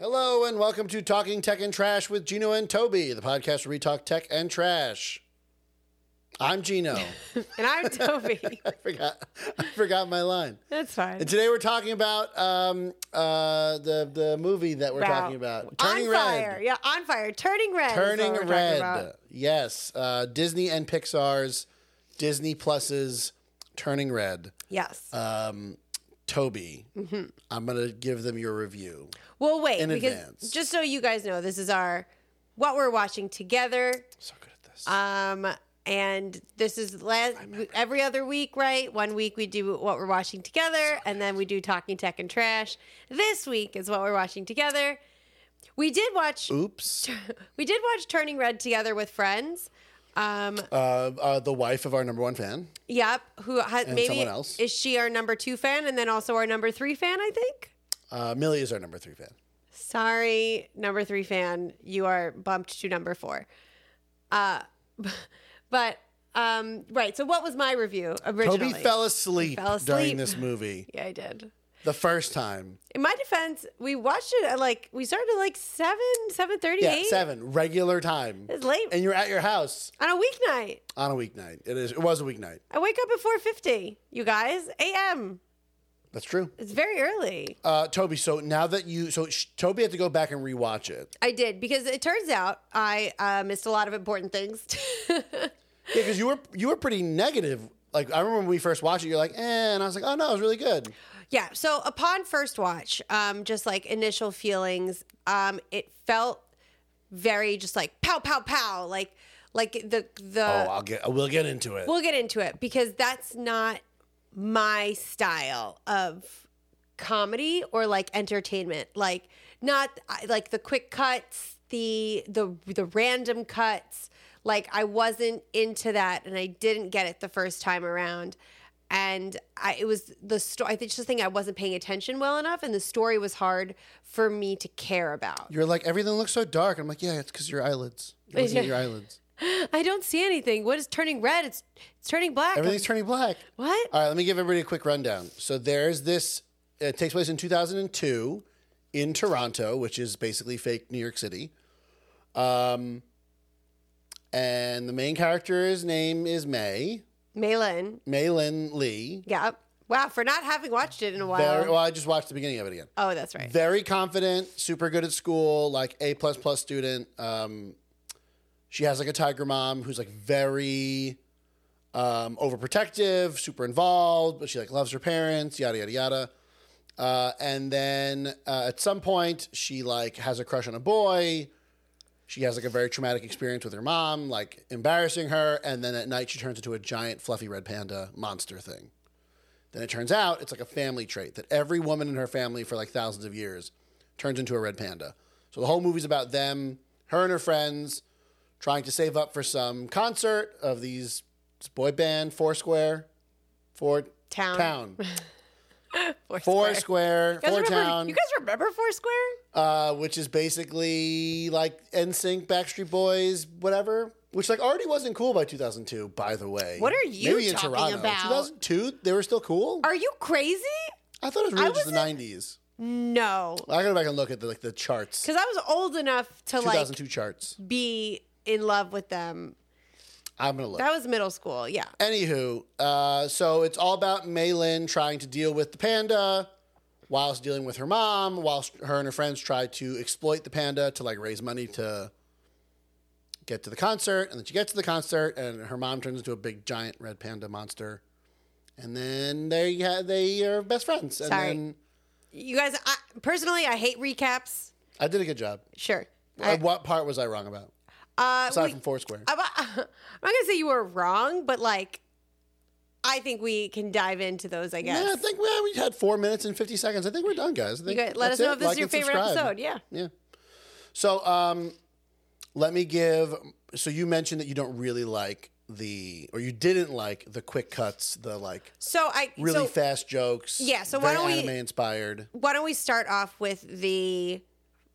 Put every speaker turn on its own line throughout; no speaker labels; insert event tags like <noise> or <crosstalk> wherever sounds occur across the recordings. everyone. Welcome to Talking Tech and Trash with Gino and Toby, the podcast where we talk tech and trash.
<laughs>
I'm Gino.
And I'm Toby.
I forgot. I forgot my line.
That's fine.
And today we're talking about um, uh, the the movie that we're talking about, Turning
on
Red.
fire. Yeah, on fire. Turning red. is what
Turning
we're talking
Red.
about.
Yes, uh, Disney and Pixar's Disney Plus's Turning Red.
Yes.
Uh, Toby,
Mm-hmm.
I'm gonna give them
<laughs>
your review.
well, wait.
in
because
advance.
just so you guys know, this is our what we're watching together.
So good at this.
Um, and this is last, every other week, right? One week we do what we're watching together, and then we do talking tech and trash. This week is what we're watching together. We did watch.
Oops.
We did watch Turning Red together with friends. Um,
Uh, uh, the wife of our number one fan.
Yep. Who has, maybe
someone else.
is she our number two fan and then also our number three fan? I think.
Uh, Millie is our number three fan.
Sorry, number three fan, you are bumped to number four. Uh, <laughs> but um, right. So what was my review originally?
Toby fell asleep,
Fell asleep.
during
<laughs>
this movie
Yeah, I did.
the first time.
In my defense, we watched it at like we started at like seven, seven thirty
Yeah,
eight.
seven regular time.
It's late
And you're at your house
on a weeknight.
on a weeknight. It is. It was a weeknight.
I wake up at four fifty. You guys, a.m.
That's true.
It's very early.
Uh, Toby. So now that you, so sh- Toby had to go back and rewatch it.
I did because it turns out I uh, missed a lot of important things. <laughs>
Yeah, because you were you were pretty negative. Like I remember when we first watched it, you're like, eh, and I was like, oh no, it was really good.
Yeah. So upon first watch, um, just like initial feelings, um, it felt very just like pow pow pow, like like the the
oh, I'll get. We'll get into it.
we'll get into it because that's not my style of comedy or like entertainment like not I- like the quick cuts the the the random cuts like i wasn't into that and i didn't get it the first time around and I, it was the story i think just think i wasn't paying attention well enough and the story was hard for me to care about <gasps>
you're like, everything looks so dark. I'm like, yeah, it's because your eyelids.
<laughs>
You're looking at your eyelids.
i don't see anything what is turning red it's it's turning black I'm-
Everything's Uh, turning black.
what
All right, let me give everybody a quick rundown. So there's this. It takes place in 2002 in Toronto, which is basically fake New York City. Um, and the main character's name is May
malin
Maylin Lee.
Yeah. Wow, for not having watched it in a while.
Very, well, I just watched the beginning of it again.
oh, that's right.
Very confident, super good at school, like A plus plus student. Um, she has like a tiger mom who's like very um, overprotective, super involved, but she like loves her parents, yada yada yada. Uh, and then uh, at some point, she like has a crush on a boy. She has like a very traumatic experience with her mom, like embarrassing her. And then at night, she turns into a giant fluffy red panda monster thing. Then it turns out it's like a family trait that every woman in her family for like thousands of years turns into a red panda. So the whole movie's about them, her and her friends, trying to save up for some concert of these this boy band Foursquare, Four
Town. <laughs>
Town,
Four,
Foursquare,
You guys,
Four
remember,
Town,
you guys remember Foursquare?
uh, which is basically like NSYNC, Backstreet Boys, whatever. Which like already wasn't cool by 2002, by the way.
What are you
Maybe in
talking
Toronto.
about?
2002, they were still cool.
Are you crazy?
I thought it was really
I
just the
was
90s.
No.
I gotta go back and look at the like the charts.
Because I was old enough to like
2002 charts.
be in love with them.
I'm gonna look.
That was middle school. Yeah.
Anywho, uh, so it's all about Maylin trying to deal with the panda whilst dealing with her mom, whilst her and her friends try to exploit the panda to like raise money to get to the concert. And then she gets to the concert, and her mom turns into a big giant red panda monster. And then they ha- they are best friends. And
Sorry.
then
You guys, I, personally, I hate recaps.
I did a good job.
Sure.
Uh, what part was I wrong about?
Uh,
Aside
we-
from Foursquare.
<laughs> I'm, not- I'm not going to say you were wrong, but like, I think we can dive into those, I guess.
Yeah, I think we, we had four minutes and 50 seconds. I think we're done, guys. I think
You guys, let
that's
us know
it.
if this
Like
is your
and
favorite
subscribe.
episode. Yeah.
Yeah. So um, let me give. So you mentioned that you don't really like the, or you didn't like the quick cuts, the like
So I
really
so,
fast jokes.
Yeah, so
very
why don't we-
anime inspired.
why don't we start off with the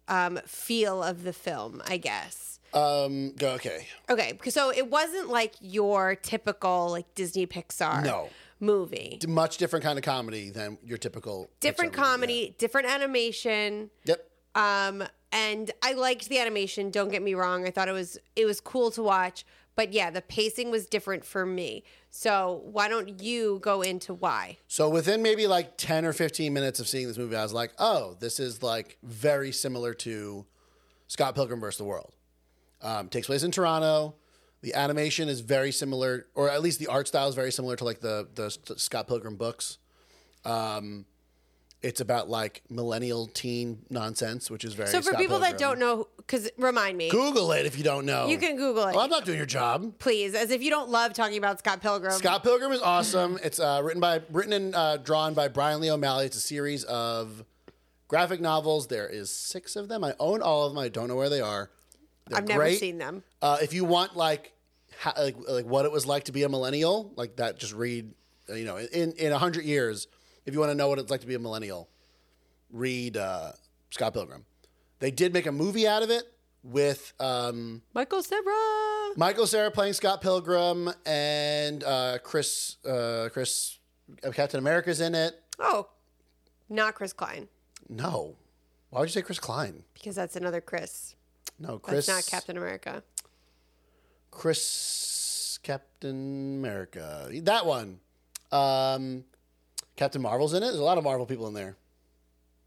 um, feel of the film, I guess.
Um, go okay.
Okay, because- so it wasn't like your typical like Disney Pixar
No.
movie.
Much different kind of comedy than your typical
different
Pixar movie,
comedy, different animation.
yeah. Yep.
Um, and I liked the animation. Don't get me wrong; I thought it was it was cool to watch. But yeah, the pacing was different for me. So why don't you go into why?
So within maybe like 10 or 15 minutes of seeing this movie, I was like, oh, this is like very similar to Scott Pilgrim vs. the World. Um, takes place in Toronto. The animation is very similar, or at least the art style is very similar to like the, the S- Scott Pilgrim books. Um, it's about like millennial teen nonsense, which is very.
So for
Scott
people that don't
Pilgrim.
know, because remind me,
Google it if you don't know.
You can Google it.
Well, I'm not doing your job.
please, as if you don't love talking about Scott Pilgrim.
Scott Pilgrim is awesome. It's uh, written by, written and uh, drawn by Brian Lee O'Malley. It's a series of graphic novels. There is six of them. I own all of them. I don't know where they are. They're
I've never
great.
seen them.
Uh, if you want like, ha- like like what it was like to be a millennial, like that, just read. uh, You know, in in a hundred years, if you want to know what it's like to be a millennial, read uh, Scott Pilgrim. They did make a movie out of it with. Um,
Michael Cera.
Michael Sarah playing Scott Pilgrim and uh, Chris uh, Chris uh, Captain America's in it.
Oh, not Chris Klein
No, why would you say Chris Klein?
because that's another Chris.
No, Chris.
That's not Captain America.
Chris Captain America. That one. Um, Captain Marvel's in it. There's a lot of Marvel people in there.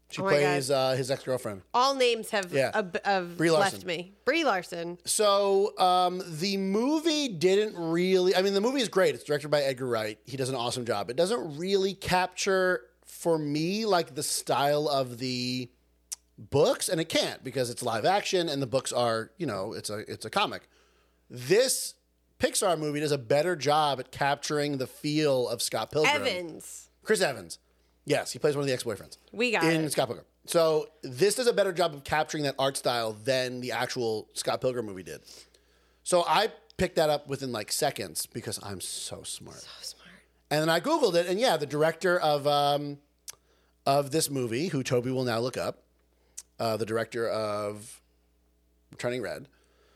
She
Oh my God.
plays uh, his ex girlfriend.
All names have
Yeah.
ab- have
Brie Larson.
left me. Brie Larson.
So um, the movie didn't really. I mean, the movie is great. It's directed by Edgar Wright. He does an awesome job. It doesn't really capture for me like the style of the books, and it can't because it's live action and the books are you know it's a it's a comic. This Pixar movie does a better job at capturing the feel of Scott Pilgrim.
Evans.
Chris Evans. Yes, he plays one of the ex-boyfriends
We got
in
it.
Scott Pilgrim. So this does a better job of capturing that art style than the actual Scott Pilgrim movie did. So I picked that up within like seconds because I'm so smart.
Oh, smart.
And then I googled it, and yeah, the director of um, of this movie, who Toby will now look up, uh, the director of Turning Red,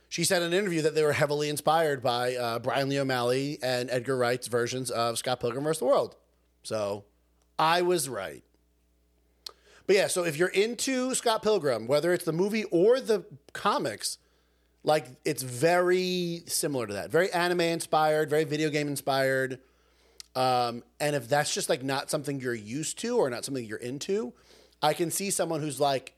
she said in an interview that they were heavily inspired by uh, Brian Lee O'Malley and Edgar Wright's versions of Scott Pilgrim vs. the World. So I was right. But yeah, so if you're into Scott Pilgrim, whether it's the movie or the comics, like it's very similar to that. Very anime inspired, very video game inspired. Um, and if that's just like not something you're used to or not something you're into, I can see someone who's like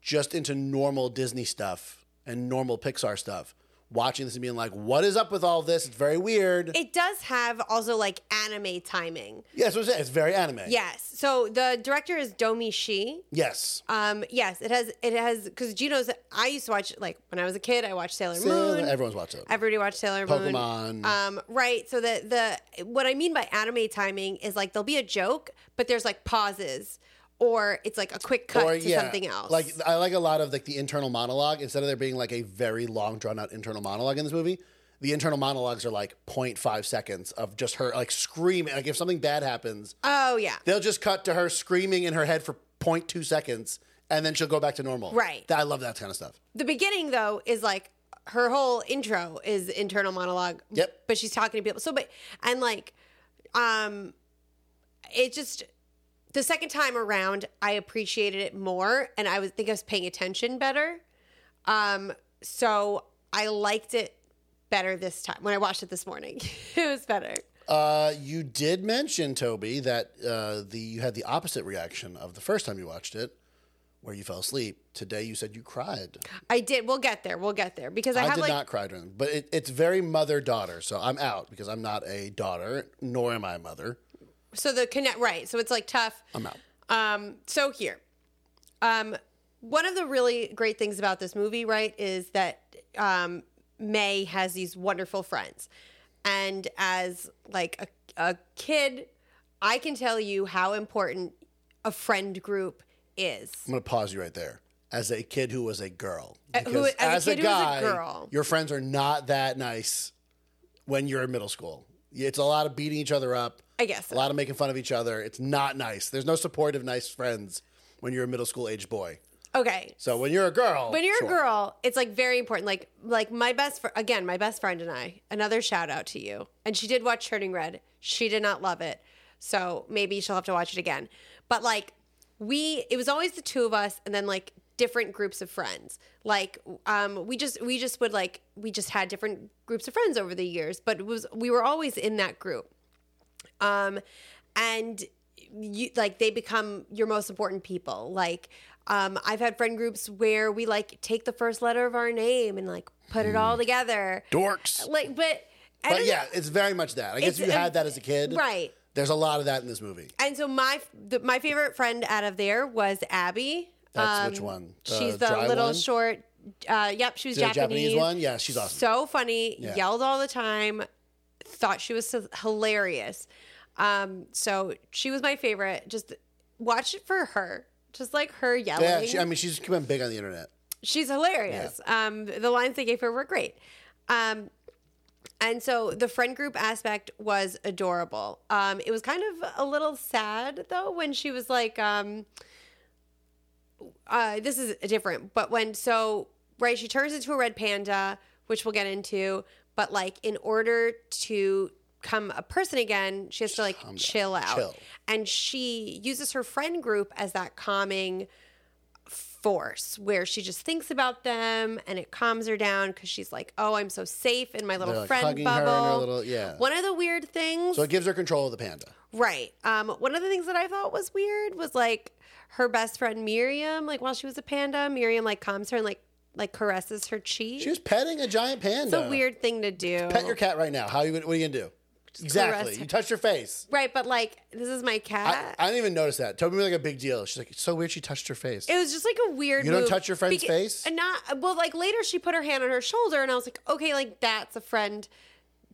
just into normal Disney stuff and normal Pixar stuff watching this and being like, what is up with all this? It's very weird.
It does have also like anime timing.
yeah, that's what I'm saying. It's very anime.
Yes. So the director is Domi Shi.
Yes.
Um, yes, it has. It has because Gino's. I used to watch like when I was a kid. I watched Sailor Moon.
Everyone's watching it.
Everybody watched Sailor Moon.
Pokemon.
Um, right. So the the what I mean by anime timing is like there'll be a joke, but there's like pauses, or it's like a quick cut to something else.
Like I like a lot of like the internal monologue. Instead of there being like a very long drawn out internal monologue in this movie, the internal monologues are like 0.5 seconds of just her like screaming. Like if something bad happens,
oh yeah,
they'll just cut to her screaming in her head for 0.2 seconds, and then she'll go back to normal.
Right.
Th- I love that kind of stuff.
the beginning though is like her whole intro is internal monologue.
Yep.
But she's talking to people. So but and like um it just the second time around I appreciated it more and I was think I was paying attention better. Um so I liked it better this time when I watched it this morning. <laughs> it was better.
Uh, you did mention Toby that uh, the you had the opposite reaction of the first time you watched it, where you fell asleep. Today you said you cried.
I did. We'll get there. We'll get there because I,
I,
have
did
like
not cry during them, but it, it's very mother daughter. So I'm out because I'm not a daughter, nor am I a mother.
so the connect right. So it's like tough.
I'm out.
Um, so here, um, one of the really great things about this movie, right, is that um, May has these wonderful friends, and as like a, a kid, I can tell you how important a friend group is.
I'm going to pause you right there. As a kid who was a girl,
Uh, who- as a kid who was a girl.
your friends are not that nice when you're in middle school. It's a lot of beating each other up,
I guess.
a lot of making fun of each other. It's not nice. There's no supportive, nice friends when you're a middle school age boy.
Okay,
So when you're a girl,
when you're
sure.
a girl, it's like very important. Like like my best fr- again, my best friend and I. Another shout out to you. And she did watch Turning Red. She did not love it, so maybe she'll have to watch it again. But like we, it was always the two of us, and then like different groups of friends. Like um, we just we just would like we just had different groups of friends over the years, but it was we were always in that group. Um, and you like they become your most important people. Like um, I've had friend groups where we like take the first letter of our name and like put it all together.
Dorks.
Like, but I
Mm. But
don't-
yeah, it's very much that. I guess
It's-
if you had that as a kid.
right.
There's a lot of that in this movie.
And so my the, my favorite friend out of there was Abby. Um,
That's which one? The
she's the
dry
little
one?
short. Uh, yep, she was
The
Japanese.
Japanese one? Yeah, she's awesome.
So funny,
Yeah.
yelled all the time. Thought she was h- hilarious. Um, so she was my favorite. Just watch it for her. Just like her yelling.
Yeah, she, I mean, she's come in big on the internet.
She's hilarious. Um, the lines they gave her were great. Um, and so the friend group aspect was adorable. Um, it was kind of a little sad though when she was like, um, uh, this is different, but when so right, she turns into a red panda, which we'll get into. But like, in order to come a person again, she has to like
Calm down.
chill out,
Chill.
and she uses her friend group as that calming force where she just thinks about them and it calms her down because she's like, oh, I'm so safe in my little
They're like
friend
hugging her
bubble.
in her little yeah.
One of the weird things,
So it gives her control of the panda.
right? Um, one of the things that I thought was weird was like her best friend Miriam. Like while she was a panda, Miriam like calms her and like like caresses her cheek.
She was petting a giant panda.
it's a weird thing to do.
Pet your cat right now. How you? What are you gonna do? exactly.
caress
You touched her face.
right, but like this is my
I,
cat.
I didn't even notice that. Toby made like a big deal. She's like, it's so weird. She touched her face.
it was just like a weird.
You don't
move.
touch your friend's
Beca-
face?
and Not well. Like later, she put her hand on her shoulder, and I was like, okay, like that's a friend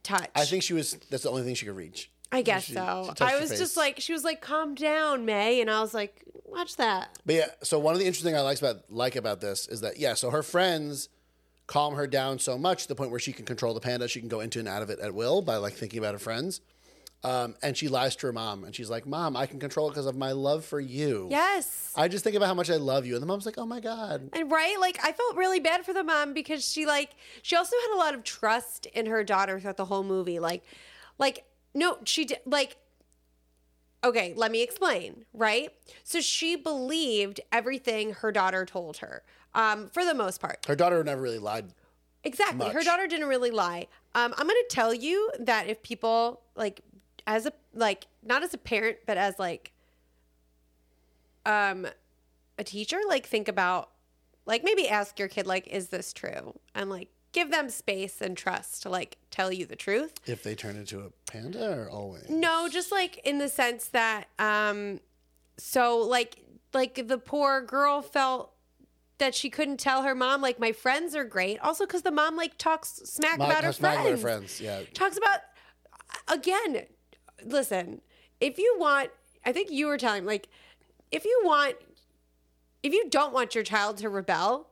touch.
I think she was. That's the only thing she could reach.
I guess
She- she
so.
touched
I
your
was
face.
just like, she was like, calm down, May. And I was like, watch that.
But yeah, so one of the interesting I like about like about this is that yeah, so her friends calm her down so much to the point where she can control the panda. She can go into and out of it at will by like thinking about her friends. Um, and she lies to her mom, and she's like, "Mom, I can control it because of my love for you.
Yes.
I just think about how much I love you." And the mom's like, "Oh my god,
And right, like I felt really bad for the mom because she like she also had a lot of trust in her daughter throughout the whole movie. Like like no, she did like okay, let me explain, right? So she believed everything her daughter told her. Um, for the most part.
her daughter never really lied."
Exactly. Her
much.
daughter didn't really lie. Um, I'm going to tell you that if people like as a like not as a parent but as like um a teacher like think about like maybe ask your kid like is this true? And like give them space and trust to like tell you the truth.
If they turn into a panda, or always
No, just like in the sense that um so like like the poor girl felt that she couldn't tell her mom like my friends are great. Also cuz the mom like talks smack
Mom
about her
talks smack about her
friends.
friends. Yeah,
Talks about again, listen. If you want I think you were telling like if you want if you don't want your child to rebel,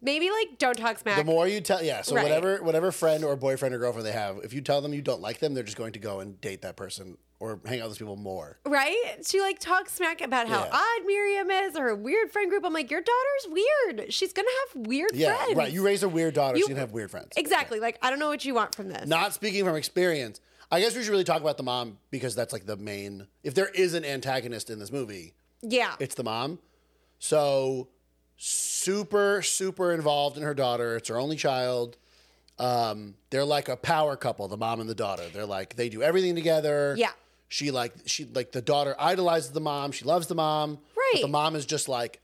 maybe like don't talk smack.
The more you tell, yeah. So
Right.
whatever whatever friend or boyfriend or girlfriend they have, if you tell them you don't like them, they're just going to go and date that person or hang out with those people more.
Right? She like talks smack about how
Yeah.
odd Miriam is or her weird friend group. I'm like, your daughter's weird. She's gonna have weird
Yeah,
friends.
right. You raise a weird daughter,
You-
she's gonna have weird friends.
exactly. Like, I don't know what you want from this.
Not speaking from experience, I guess we should really talk about the mom because that's like the main. If there is an antagonist in this movie,
yeah.
it's the mom. So super super involved in her daughter. It's her only child. Um, they're like a power couple, the mom and the daughter. They're like they do everything together.
Yeah.
She like she like the daughter idolizes the mom. She loves the mom. But the
Right.
mom is just like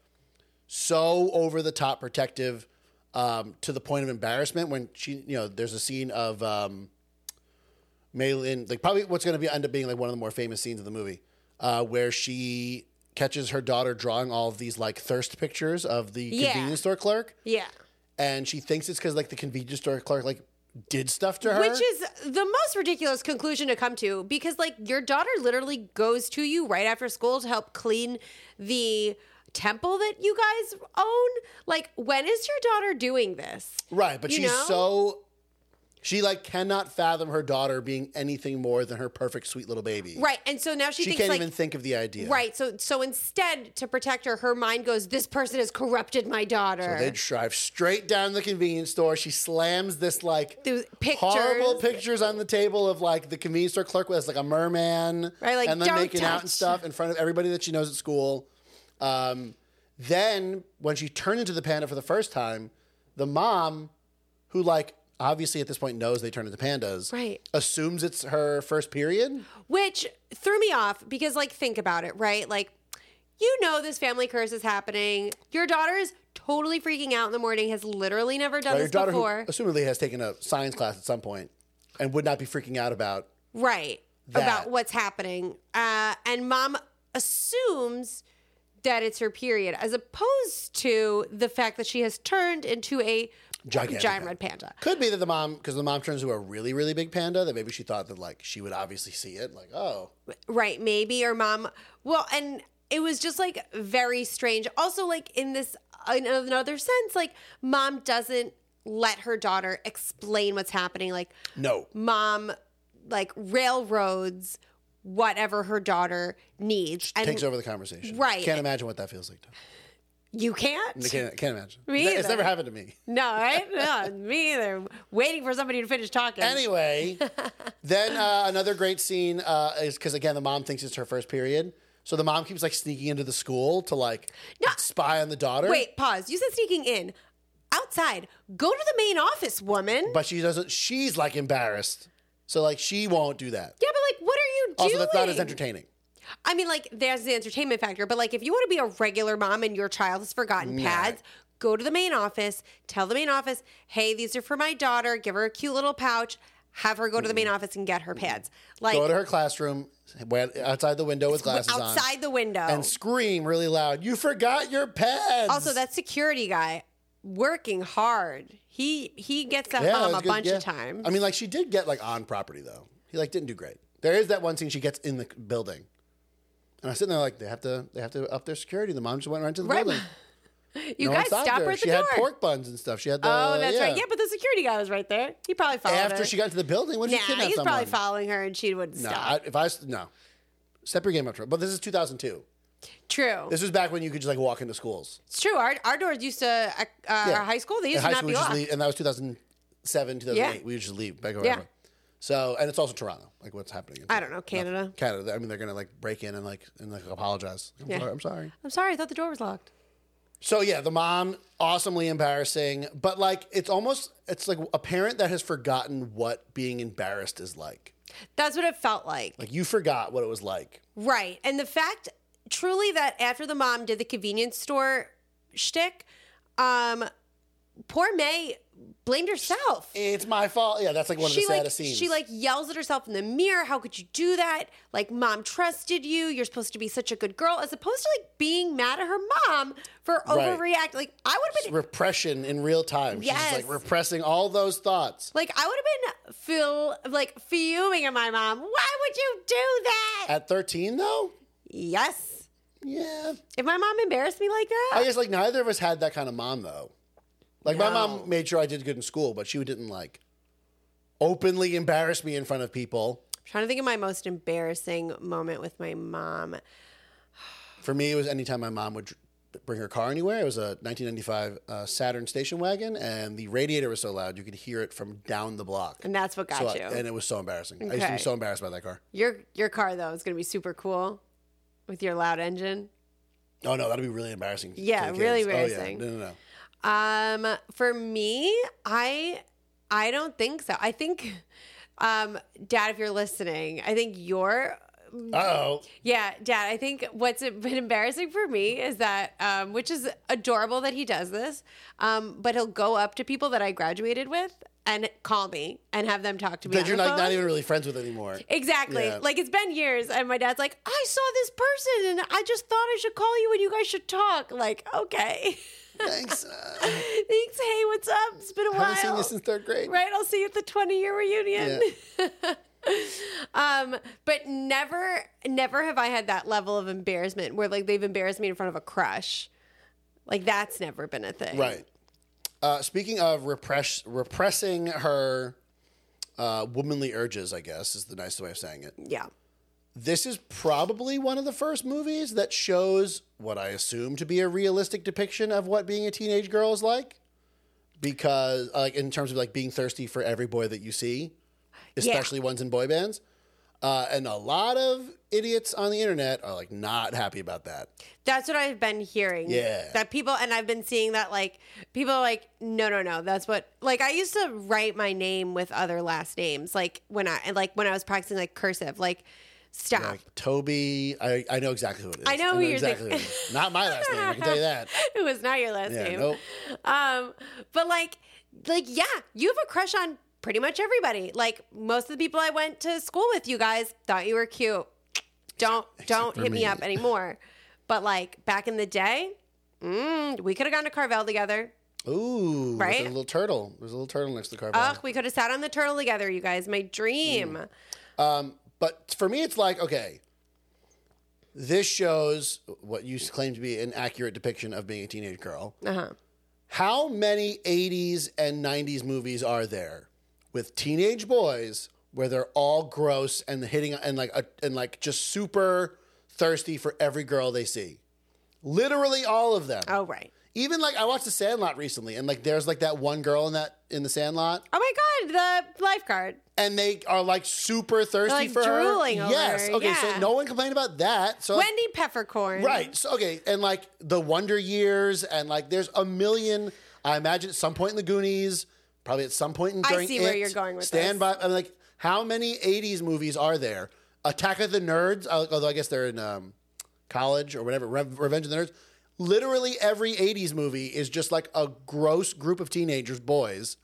so over the top protective um, to the point of embarrassment when she you know there's a scene of um, Maylin, like probably what's going to be end up being like one of the more famous scenes of the movie, uh, where she catches her daughter drawing all of these like thirst pictures of the
Yeah.
convenience store clerk,
yeah.
and she thinks it's because like the convenience store clerk like did stuff to her,
Which is the most ridiculous conclusion to come to because like your daughter literally goes to you right after school to help clean the temple that you guys own. Like, when is your daughter doing this?
right, but
you
she's
know?
so. She like cannot fathom her daughter being anything more than her perfect sweet little baby.
Right. And so now she,
She
thinks
can't
like
even think of the idea.
Right. So so instead, to protect her, her mind goes, This person has corrupted my daughter.
They drive straight down the convenience store. She slams this like
Those pictures.
horrible pictures on the table of like the convenience store clerk with like a merman,
Right, like,
and them
"Don't
making out
touch."
and stuff in front of everybody that she knows at school. Um, Then when she turned into the panda for the first time, the mom, who like obviously at this point knows they turn into pandas,
Right.
assumes it's her first period.
which threw me off because like think about it right like you know this family curse is happening your daughter is totally freaking out in the morning has literally never done
Or your
this
daughter,
before
who assumedly has taken a science class at some point, and would not be freaking out about
right
That.
about what's happening uh, and mom assumes that it's her period as opposed to the fact that she has turned into a
Gigantic
giant
panda.
red panda
Could be that the mom, because the mom turns into a really, really big panda, that maybe she thought that like she would obviously see it, like oh,
right maybe or mom well and it was just like very strange also like in this in another sense like mom doesn't let her daughter explain what's happening like
no,
mom like railroads whatever her daughter needs and
takes over the conversation.
Right.
Can't imagine what that feels like. Though.
you can't
Can't, can't imagine.
Me
it's
either.
never happened to me.
no right no me either waiting for somebody to finish talking <laughs>
Anyway, then uh, another great scene uh, is because again the mom thinks it's her first period, so the mom keeps like sneaking into the school to like spy on the daughter.
wait pause you said sneaking in outside go to the main office woman
but she doesn't. She's like embarrassed, so like she won't do that.
yeah but like what are you
also,
doing
that's not as entertaining.
I mean, like, there's the entertainment factor, but like, if you want to be a regular mom and your child has forgotten pads, go to the main office, tell the main office, hey, these are for my daughter, give her a cute little pouch, have her go to the main office and get her pads. Like,
Mm. Go to her classroom, wait outside the window with glasses on.
outside the window.
and scream really loud, "You forgot your pads!"
also, that security guy working hard. He he gets that
that
mom
was
a
good,
bunch
yeah. Uh,
of times.
I mean, like she did get like on property though. He like didn't do great. There is that one scene she gets in the building, and I'm sitting there like they have to they have to up their security. The mom just went right into the
Right.
building.
<laughs> you
No one
guys
stopped
stop her at
She
the
had
door.
pork buns and stuff. She had the
oh, that's right. Yeah, but the security guy was right there. He probably followed
after
her.
she got into the building, when
nah,
did she kidnap
he was
someone?
probably following her, and she wouldn't
no,
stop.
I, if I s- no, step your game up. Troy. But this is 2002.
True.
This was back when you could just like walk into schools.
It's true. Our, our doors used to, uh, uh, our high school, they
In
used
high
to not
school,
be
we just
locked.
leave, and that was 2007, 2008.
Yeah.
We would just leave back over.
Yeah.
everywhere. So, and it's also Toronto. Like, what's happening? In
I don't know, Canada.
Canada. I mean, they're gonna like break in and like and like apologize. I'm,
Yeah.
sorry, I'm sorry.
I'm sorry, I thought the door was locked.
So yeah, the mom, awesomely embarrassing, but like it's almost it's like a parent that has forgotten what being embarrassed is like.
That's what it felt like.
Like you forgot what it was like.
Right. And the fact, truly, that after the mom did the convenience store shtick, um, poor May blamed herself.
It's my fault. Yeah, that's like one of
she
the
like
saddest scenes.
she like yells at herself in the mirror how could you do that like mom trusted you you're supposed to be such a good girl as opposed to like being mad at her mom for
Right.
overreacting like i would have been
repression in real time. She's just,
Yes.
like repressing all those thoughts.
Like I would have been feel like fuming at my mom. Why would you do that?
At 13 though?
yes.
Yeah.
If my mom embarrassed me like that,
I guess like neither of us had that kind of mom though. Like my mom made sure I did good in school, but she didn't like openly embarrass me in front of people.
I'm trying to think of my most embarrassing moment with my mom.
For me, it was anytime my mom would dr- bring her car anywhere. It was a 1995 uh, Saturn station wagon, and the radiator was so loud you could hear it from down the block.
And that's what got
So I-
you.
and it was so embarrassing. I used to be
Okay.
so embarrassed by that car.
your your car though is going to be super cool with your loud engine.
Oh no, that'd be really embarrassing. to
Yeah,
the kids.
really
Oh, yeah.
embarrassing.
No, no, no.
Um, for me, I I don't think so. I think, um, Dad, if you're listening, I think your
Uh oh.
Yeah, Dad. I think what's been embarrassing for me is that, um, which is adorable that he does this, um, but he'll go up to people that I graduated with and call me and have them talk to me.
That
on
you're
the
like not
phone.
even really friends with anymore.
Exactly.
Yeah.
Like it's been years, and my dad's like, I saw this person, and I just thought I should call you, and you guys should talk. Like, okay, <laughs>
Thanks. Uh,
thanks. Hey, what's up? It's been a while.
haven't seen you since third grade.
Right, I'll see you at the 20 year reunion. um, but never, never have I had that level of embarrassment where like they've embarrassed me in front of a crush. Like that's never been a thing.
Right. Uh, speaking of repress repressing her uh, womanly urges, I guess is the nice way of saying it.
Yeah.
this is probably one of the first movies that shows what I assume to be a realistic depiction of what being a teenage girl is like. Because, uh, like, in terms of like being thirsty for every boy that you see, especially ones in boy bands, Uh, and a lot of idiots on the internet are like not happy about that.
That's what I've been hearing.
Yeah.
That people, and I've been seeing that like people are like, no, no, no. That's what, like, I used to write my name with other last names. Like, when I, and, like, when I was practicing like cursive, like, stop.
Like Toby, I, I know exactly who it is.
I know who you're
exactly
thinking-
who it is. Not my last name. I can tell
<laughs>
you that.
it was not your last
Yeah,
name.
nope.
Um, but like, like, yeah, you have a crush on pretty much everybody. Like, most of the people I went to school with, you guys thought you were cute. Don't don't
for
hit me.
me.
up anymore. But like back in the day, mm, we could have gone to Carvel together. Right? Oh.
Ooh, There's a little turtle. There's a little turtle next to the car.
Ugh, we could have sat on the turtle together, you guys. My dream.
Um, but for me, it's like, okay, this shows what you claim to be an accurate depiction of being a teenage girl.
Uh huh.
How many 80s and 90s movies are there with teenage boys where they're all gross and hitting and like a, and like just super thirsty for every girl they see? Literally all of them.
Oh right.
Even like I watched The Sandlot recently and like there's like that one girl in that in The Sandlot
Oh my god, the lifeguard.
and they are like super thirsty
like,
for
drooling
her.
over
yes.
her,
Okay. So
yeah.
no one complained about that. So like,
Wendy Peppercorn.
right. So okay, and like the Wonder Years, and like there's a million. I imagine at some point in the Goonies, probably at some point in
I
during
see where
It,
you're going with
Stand
this.
by. I'm like, how many '80s movies are there? Attack of the Nerds. uh, Although I guess they're in um, college or whatever. Re- Revenge of the Nerds. Literally every '80s movie is just like a gross group of teenagers, boys,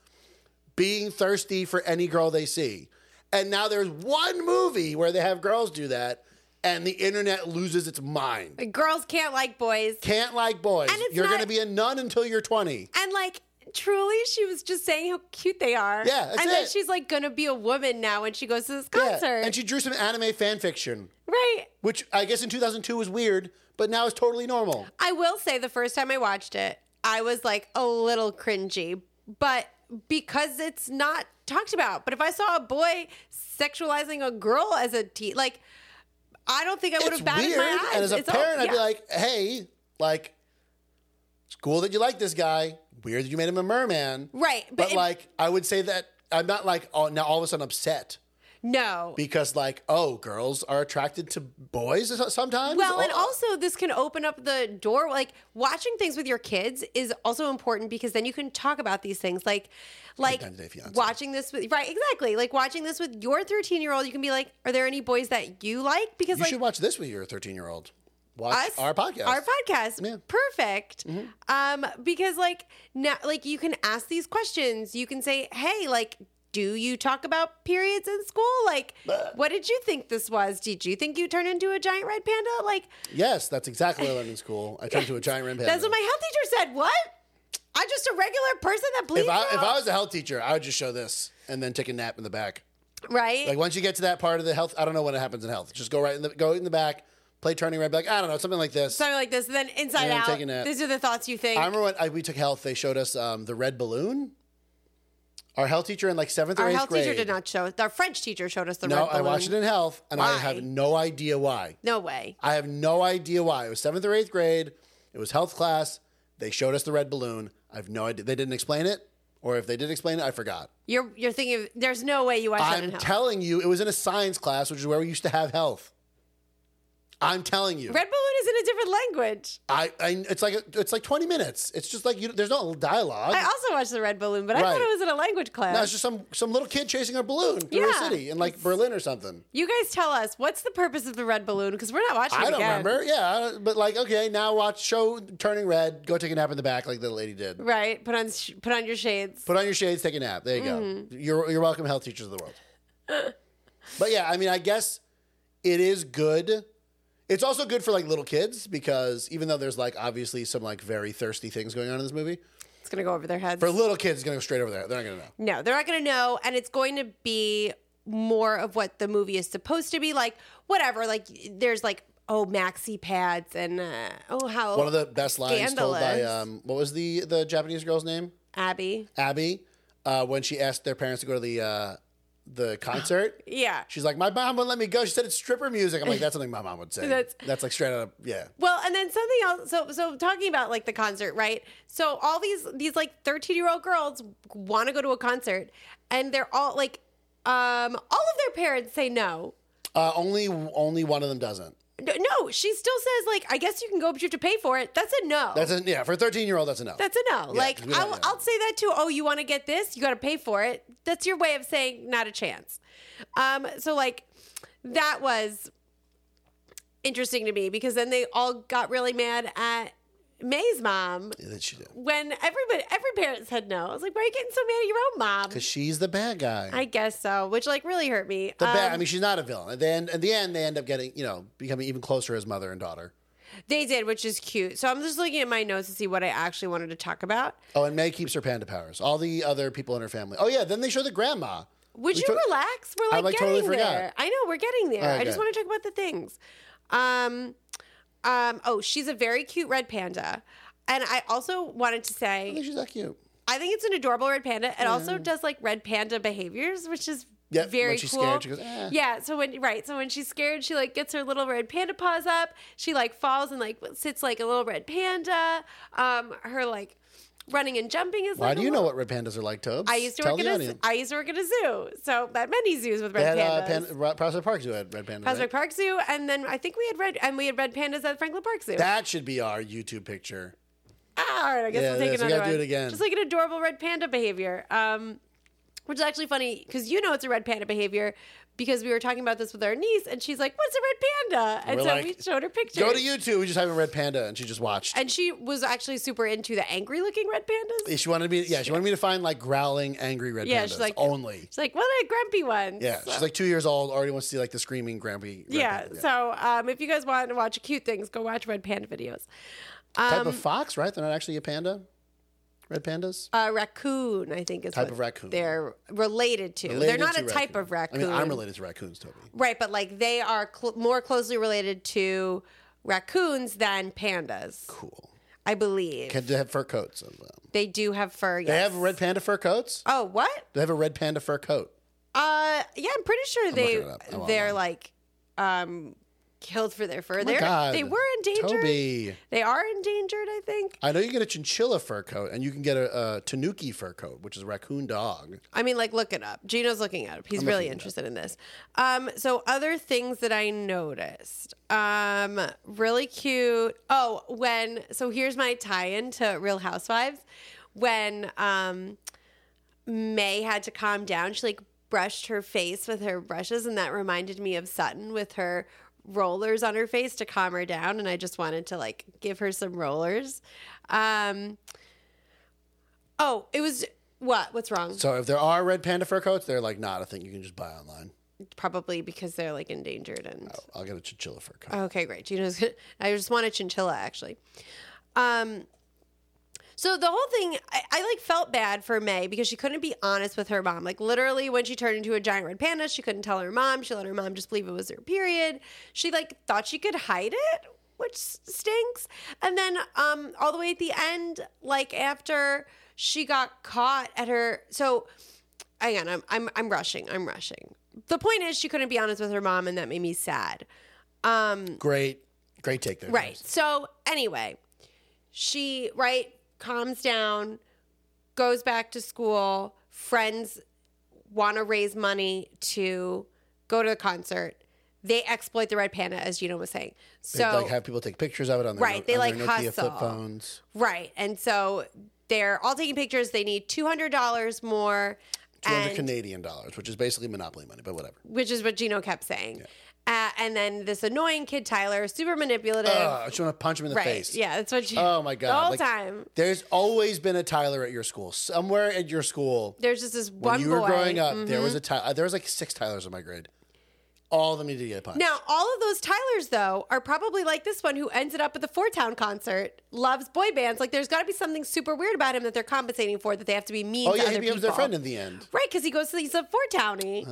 being thirsty for any girl they see. And now there's one movie where they have girls do that, and the internet loses its mind
Girls can't like boys.
can't like boys.
it's
You're
not-
going to be a nun until you're 20.
And like truly she was just saying how cute they are.
Yeah, that's
and then
it.
she's like gonna be a woman now when she goes to this
Yeah.
concert.
And she drew some anime fan fiction,
right.
which I guess in 2002 was weird, but now is totally normal.
I will say the first time I watched it, I was like a little cringy, but because it's not talked about. But if I saw a boy sexualizing a girl as a teen, like I don't think I would
It's
have batted
weird.
my eyes.
And as a
It's all-
parent, I'd be
yeah.
like, hey, like, it's cool that you like this guy. Weird that you made him a merman.
Right,
But,
but it-
like, I would say that I'm not like, oh, now all of a sudden upset.
no.
Because like oh girls are attracted to boys sometimes.
Well, and
Oh,
also this can open up the door. Like watching things with your kids is also important because then you can talk about these things. Like, like
Valentine's Day fiancé.
watching this with right, exactly. Like watching this with your thirteen year old, you can be like, are there any boys that you like? Because
you
like
should watch this with your 13 year old. Watch
us,
our podcast.
our podcast,
Yeah. Mm-hmm.
perfect. Um, because like now, like you can ask these questions. You can say, hey, like. Do you talk about periods in school? Like, what did you think this was? Did you think you turned into a giant red panda? Like,
Yes, that's exactly what I learned in school. I turned into a giant red panda.
That's what my health teacher said. What? I'm just a regular person that bleeds
if I, if I
out.
was a health teacher, I would just show this and then take a nap in the back.
right?
Like once you get to that part of the health, I don't know when it happens in health. Just go right in the go in the back, play turning right back. I don't know something like this.
Something like this. And then inside
Yeah, I'm
out.
taking that.
These are the thoughts you think.
I remember when I, we took health, they showed us um, the red balloon. Our health teacher in like seventh or
our
eighth
health
grade.
teacher did not show. Our French teacher showed us the
No,
red
I
balloon.
watched it in health, and I
Why?
have no idea why.
No way.
I have no idea why. It was seventh or eighth grade. It was health class. They showed us the red balloon. I have no idea. They didn't explain it, or if they did explain it, I forgot.
You're you're thinking. of- There's no way you watched that in
I'm
health.
telling you, it was in a science class, which is where we used to have health. I'm telling you,
red balloon is in a different language.
I, I it's like it's like 20 minutes. It's just like you, there's no dialogue.
I also watched the red balloon, but I
Right.
thought it was in a language class.
no, it's just some some little kid chasing a balloon through a
Yeah.
city in like Berlin or something.
you guys tell us what's the purpose of the red balloon because we're not watching.
I
it
don't
again.
remember. Yeah, but like okay, now watch show turning red. Go take a nap in the back, like the lady did.
Right? Put on sh- put on your shades.
Put on your shades, take a nap. There you go.
Mm-hmm.
You're you're welcome, health teachers of the world. <laughs> but yeah, I mean, I guess it is good. It's also good for like little kids because even though there's like obviously some like very thirsty things going on in this movie,
It's gonna go over their heads.
for little kids, it's gonna go straight over there. They're not gonna know.
No, they're not going to know. And it's going to be more of what the movie is supposed to be like, whatever. Like, there's like, oh, maxi pads and, uh, oh, how
One of the best lines told by
Scandalous.
um, what was the the Japanese girl's name?
Abby.
Abby. Uh, when she asked their parents to go to the uh,
<gasps>
the concert,
Yeah.
she's like, "My mom wouldn't let me go." She said it's stripper music. I'm like, "That's something my mom would say." That's,
<laughs> That's-
like straight out of yeah.
Well, and then something else. So, so talking about like the concert, right? So all these these like thirteen year old girls want to go to a concert, and they're all like, um, all of their parents say no.
Uh, only only one of them doesn't.
No, no, she still says like, I guess you can go, but you have to pay for it. That's a no.
That's a yeah for a thirteen year old. That's a no.
That's a no. like
'cause we don't
I'll,
know.
I'll say that too. Oh, you want to get this? You got to pay for it. That's your way of saying not a chance. Um, so like that was interesting to me because then they all got really mad at May's mom
Yeah, that she did
when everybody every parent said no. I was like, why are you getting so mad at your own mom?
because she's the bad guy.
I guess so, which like really hurt me.
the bad.
Um,
I mean, she's not a villain. At the end, at the end, they end up getting you know becoming even closer as mother and daughter.
they did, which is cute. So I'm just looking at my notes to see what I actually wanted to talk about.
Oh, and May keeps her panda powers. All the other people in her family. Oh yeah, then they show the grandma.
Would you
to-
relax? We're like,
like,
getting
totally forgot.
there. I know we're getting there.
right,
I just
good.
want to talk about the things. Um, um. Oh, she's a very cute red panda, and I also wanted to
I
say
think she's that cute.
I think it's an adorable red panda. It also does like red panda behaviors, which is
Yeah,
very
when she's
cool.
scared, she goes, "Ah."
Yeah. So when right, so when she's scared, she like gets her little red panda paws up. She like falls and like sits like a little red panda. Um, her like running and jumping is.
Why
like
do
a
you know
little-
what red pandas are like, Tobes?
I used to
Tell
work
the
at a,
audience.
I used to work at a zoo, so at many zoos with
They
red
had uh,
pandas.
pan- Ro- Prospect Park Zoo had red pandas. right?
Prospect Park Zoo, and then I think we had red, and we had red pandas at Franklin Park Zoo.
That should be our YouTube picture.
ah, all right, I guess
Yeah,
we'll take
yes, we
another
gotta
one.
do it again.
Just like an adorable red panda behavior, um, which is actually funny because you know it's a red panda behavior because we were talking about this with our niece, and she's like, "What's a red panda?" And
We're
so
like,
we showed her pictures.
Go to YouTube. We just have a red panda, and she just watched.
And she was actually super into the angry-looking red pandas.
she wanted me. Yeah, she wanted me to find like growling, angry red
Yeah,
pandas
she's like-
only.
She's like, "What a grumpy one!"
Yeah, she's like two years old, already wants to see like the screaming grumpy. Red
yeah.
panda.
So um, if you guys want to watch cute things, go watch red panda videos.
type
um,
of fox, right? They're not actually a panda. Red pandas.
A Uh, raccoon, I think, is
Type
what
of raccoon.
They're related to. Um, they're
Related
not
to
a type of raccoon,
I mean, I'm related to raccoons, Toby.
right? But like they are cl- more closely related to raccoons than pandas,
Cool.
I believe.
Can they have fur coats? as well?
they do have fur. Yes.
They have red panda fur coats.
Oh, what?
They have a red panda fur coat.
Uh, yeah, I'm pretty sure
looking it up. Oh,
they
I'm
they're like um killed for their fur.
Oh my
they're,
God,
they were endangered.
Toby,
They are endangered, I think.
I know you get a chinchilla fur coat, and you can get a, a tanuki fur coat, which is a raccoon dog.
I mean, like, look it up. Gino's looking it up. He's really interested in this. Um, so other things that I noticed, um, really cute. Oh, when so here's my tie-in to Real Housewives. When um, May had to calm down, she like brushed her face with her brushes, and that reminded me of Sutton with her rollers on her face to calm her down. And I just wanted to like give her some rollers. Um, oh, it was. What? What's wrong?
So if there are red panda fur coats, they're like not a thing you can just buy online.
probably because they're like endangered and
I'll get a chinchilla fur coat.
okay great gina's gonna, i just want a chinchilla actually um so the whole thing I, I like felt bad for may because she couldn't be honest with her mom like literally when she turned into a giant red panda she couldn't tell her mom she let her mom just believe it was her period she like thought she could hide it which stinks and then um all the way at the end like after she got caught at her so hang on, I'm, I'm I'm rushing. I'm rushing. The point is she couldn't be honest with her mom and that made me sad. Um
Great, great take there.
right. So anyway, she right calms down, goes back to school, friends want to raise money to go to the concert. They exploit the red panda as Gino was saying.
They,
So
like have people take pictures of it on their
Right, they,
on
like,
their Nokia
hustle.
flip phones.
right. And so they're all taking pictures. They need $200 more
Two hundred
and-
Canadian dollars, which is basically monopoly money, but whatever.
which is what Gino kept saying. Uh, and then this annoying kid Tyler, super manipulative.
Ugh, Uh, I just want to punch him in the
right.
face.
Yeah, that's what you
Oh my god.
The whole
Like,
time.
There's always been a Tyler at your school. Somewhere at your school,
There's just this
when
one
you
boy. Mm-hmm.
were growing up, there was a Tyler. There was like six Tylers in my grade. All of them needed to get punched.
Now, all of those Tylers, though, are probably like this one who ended up at the Four Town concert, loves boy bands. Like, there's got to be something super weird about him that they're compensating for, that they have to be mean
oh
to
yeah,
other
he becomes
people.
their friend in the end.
Right, because he goes to he's a four townie.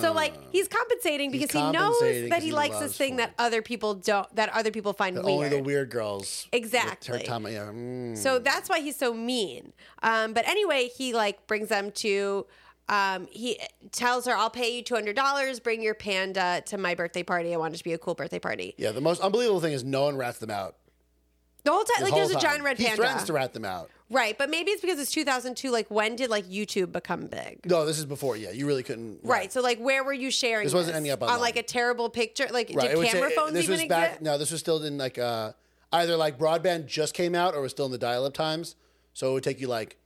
so like he's compensating because he knows
compensating
that
'cause
he
he
likes
loves
this thing that other people don't that other people find weird.
Only Oh, the weird girls. with
Exactly.
Her Tom, yeah, mm.
So that's why he's so mean. Um, but anyway, he like brings them to. Um, he tells her, "I'll pay you two hundred dollars. Bring your panda to my birthday party. I want it to be a cool birthday party."
yeah. The most unbelievable thing is no one rats them out.
The whole time, like
whole
there's a
time.
giant red
he
panda,
threatens to rat them out.
right? But maybe it's because it's 2002. Like when did like YouTube become big?
No, this is before. Yeah, you really couldn't.
Right. So like, where were you sharing?
This wasn't ending up
on
online.
like a terrible picture. Like,
Right, it
did
would
camera
say-
phones
this
even
was
exist?
back, No, this was still in like uh, either like broadband just came out or was still in the dial-up times, so it would take you like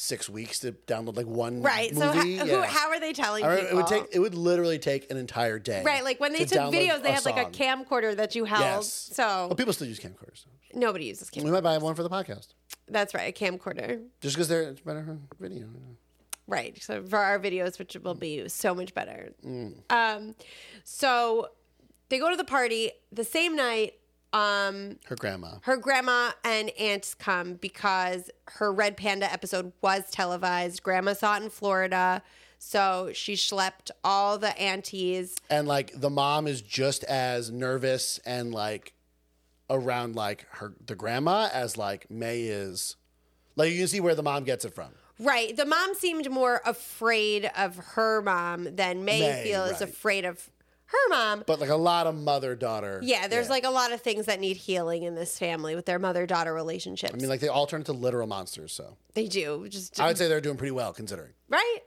six weeks to download like one
right. So how,
movie.
who,
Yeah.
how are they telling
I remember
people?
it would take it would literally take an entire day.
right. Like when they
to
took
download
videos, they had like a
song.
camcorder that you held.
Yes.
So
Well, people still use camcorders.
nobody uses
We
camcorder.
might buy one for the podcast
That's right. A camcorder.
just because they're it's better for video.
Right. So for our videos, which will be so much better. Um, so they go to the party the same night. Um,
Her grandma.
her grandma and aunt come because her Red Panda episode was televised. Grandma saw it in Florida. So she schlepped all the aunties.
and like the mom is just as nervous and like around like her the grandma as like May is. Like you can see where the mom gets it from.
Right. The mom seemed more afraid of her mom than May,
May,
feel is
right.
afraid of her mom.
But like a lot of mother daughter.
Yeah, there's like a lot of things that need healing in this family with their mother daughter relationships.
I mean like they all turn into literal monsters, so
they do. Just
I would say they're doing pretty well considering.
right?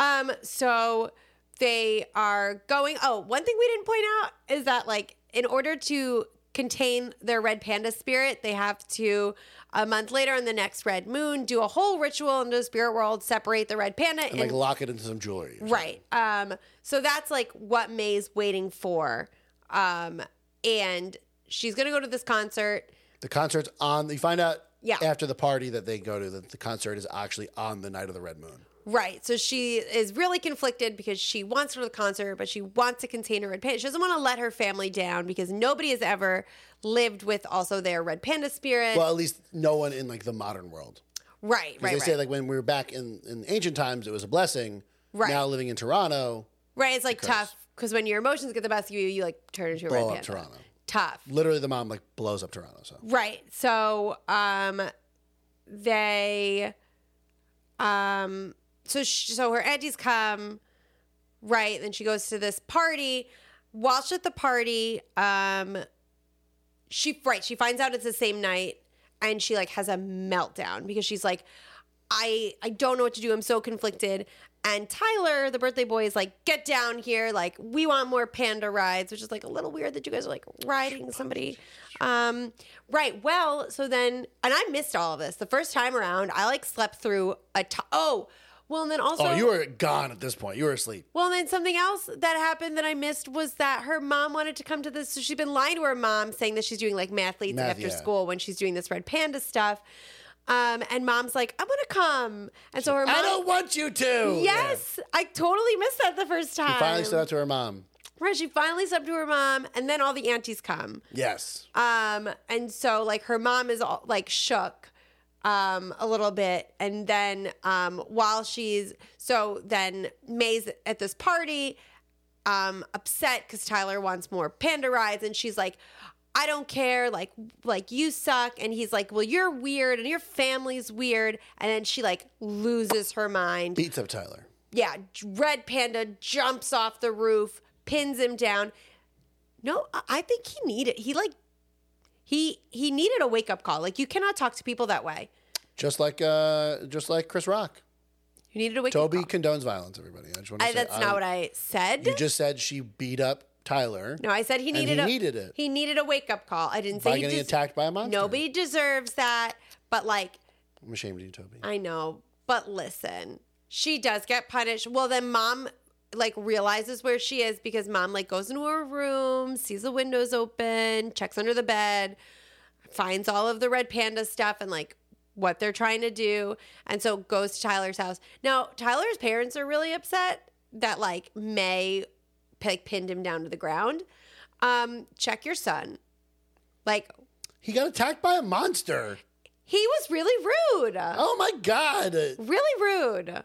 Um, so they are going. Oh, one thing we didn't point out is that, like, in order to contain their red panda spirit, they have to a month later on the next red moon do a whole ritual into the spirit world, separate the red panda, and,
Like lock it into some jewelry. or
right. Um, so that's like what May's waiting for. Um, and she's gonna go to this concert.
The concert's on you find out
Yeah.
after the party that they go to that the concert is actually on the night of the red moon.
Right. So she is really conflicted because she wants to go to the concert, but she wants to contain her red panda. She doesn't want to let her family down because nobody has ever lived with also their red panda spirit.
Well, at least no one in like the modern world.
right, right,
They
right.
say like when we were back in, in ancient times it was a blessing.
Right.
Now living in Toronto,
right. It's like tough because when your emotions get the best of you, you like turn into a red panda.
blow Oh, up Toronto.
Tough.
Literally, the mom like blows up Toronto. So
Right. So um they um so sh so her aunties come right then she goes to this party while she's at the party um she right she finds out it's the same night and she like has a meltdown because she's like I I don't know what to do I'm so conflicted and Tyler the birthday boy is like get down here like we want more panda rides which is like a little weird that you guys are like riding somebody um right well so then and I missed all of this the first time around I like slept through a t- oh well and then also
oh, you were gone at this point. You were asleep.
well, and then something else that happened that I missed was that her mom wanted to come to this. So she'd been lying to her mom, saying that she's doing like math leads
Math,
after
yeah.
school when she's doing this red panda stuff. Um, and mom's like, I want to come. And so her mom.
I don't want you to.
yes, I totally missed that the first time.
Yeah. Finally, stood up to her mom.
Right, she finally stepped to her mom, and then all the aunties come.
Yes.
Um, and so like her mom is all, like shook um a little bit and then um while she's so then May's at this party um upset cuz Tyler wants more panda rides and she's like I don't care like like you suck and he's like well you're weird and your family's weird and then she like loses her mind
Beats up Tyler.
yeah, Red Panda jumps off the roof, pins him down. No, I- I think he needed he like he he needed a wake up call. Like you cannot talk to people that way.
Just like uh, just like Chris Rock.
You needed a wake up
Toby
call.
condones violence. Everybody. I just want to
I,
say
that's
I-
not what I said.
You just said she beat up Tyler
no, I said he
and
needed
he
a
needed it
he needed a wake up call. I didn't say
by
he
getting
des-
attacked by a monster.
nobody deserves that. But like
I'm ashamed of you, Toby.
I know, but listen, she does get punished. Well, then mom like realizes where she is because mom like goes into her room, sees the windows open, checks under the bed, finds all of the red panda stuff and like what they're trying to do, and so goes to Tyler's house. Now, Tyler's parents are really upset that like May like pinned him down to the ground. Um, check your son. Like
He got attacked by a monster.
he was really rude.
Oh my god.
Really rude.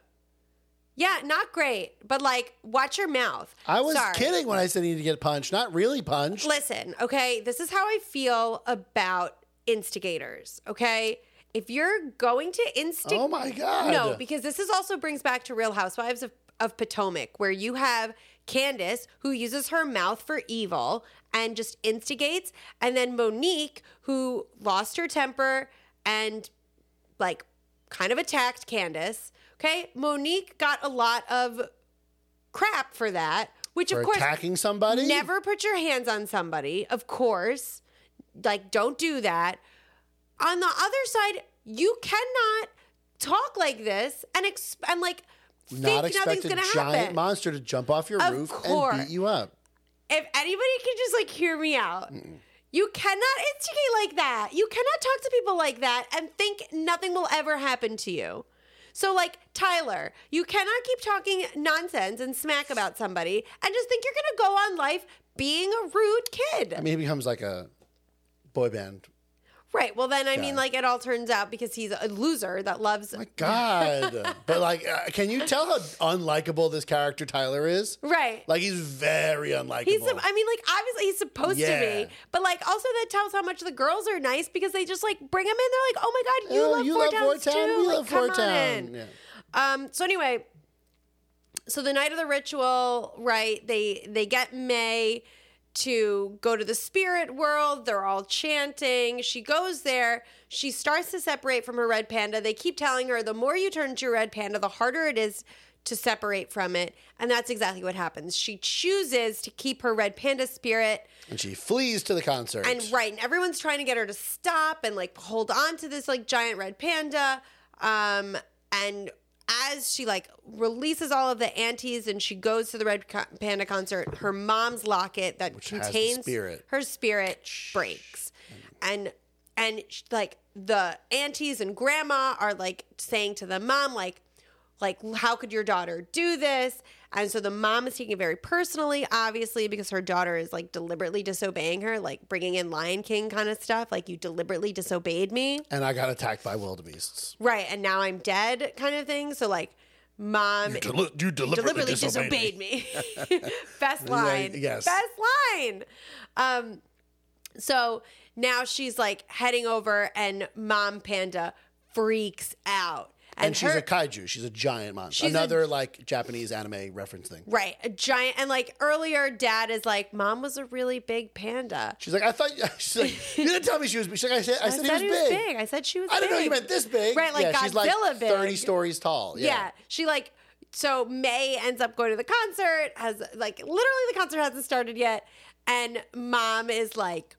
Yeah, not great. But like, watch your mouth.
I was
Sorry.
kidding when I said he needed to get punched. Not really punched.
Listen, okay, this is how I feel about instigators, okay? If you're going to instigate
oh my god.
No, because this is also brings back to Real Housewives of, of Potomac, where you have Candace, who uses her mouth for evil and just instigates, and then Monique, who lost her temper and like kind of attacked Candace. Okay. Monique got a lot of crap for that, which
for
of course
attacking somebody.
Never put your hands on somebody, of course. Like, don't do that. On the other side, you cannot talk like this and exp- and like think
not
nothing's
expect a
gonna
giant
happen.
monster to jump off your
Of
roof
course.
and beat you up.
if anybody can just like hear me out, you cannot instigate like that. You cannot talk to people like that and think nothing will ever happen to you. So, like, Tyler, you cannot keep talking nonsense and smack about somebody and just think you're gonna go on life being a rude kid.
I mean, he becomes like a boy band.
Right. Well, then I mean,
Yeah.
like it all turns out because he's a loser that loves.
My
<laughs>
God. but like, uh, can you tell how unlikable this character Tyler is?
right.
Like, he's very unlikable.
he's. I mean, like obviously he's supposed
Yeah.
to be, but like also that tells how much the girls are nice because they just like bring him in. They're like, oh my God, you
Oh,
love Four Towns
Boytown?
too.
We
Like,
love
come
Four
on in.
Town. Yeah.
Um, so anyway, so the night of the ritual, right? They they get May to go to the spirit world. They're all chanting. She goes there. She starts to separate from her red panda. They keep telling her the more you turn to your red panda, the harder it is to separate from it. And that's exactly what happens. She chooses to keep her red panda spirit.
And she flees to the concert.
And right, and everyone's trying to get her to stop and like hold on to this like giant red panda. Um, and as she like releases all of the antes and she goes to the red co- panda concert, her mom's locket that
has the
contains
spirit.
her spirit breaks, and and sh- like the aunties and grandma are like saying to the mom like like how could your daughter do this and so the mom is taking it very personally obviously because her daughter is like deliberately disobeying her like bringing in lion king kind of stuff like you deliberately disobeyed me
And I got attacked by wildebeests.
right and now i'm dead kind of thing so like mom
Deli- you deliberately,
deliberately
disobeyed me.
disobeyed me.
<laughs>
Best line.
yes.
Best line. Um, so now she's like heading over, and Mom Panda freaks out.
And, she's
her-
a kaiju. She's a giant monster.
She's a-
Another like Japanese anime reference thing.
right, a giant. And like earlier, Dad is like, Mom was a really big panda.
She's like, I thought <laughs> she's like, you didn't tell me she was. She's like, I said, I said,
I said
he was big.
I said she was.
I didn't know
big.
you meant this big.
Right, like
yeah, she's like
Godzilla big.
thirty stories tall.
Yeah. She like so May ends up going to the concert, has like literally the concert hasn't started yet, and mom is like,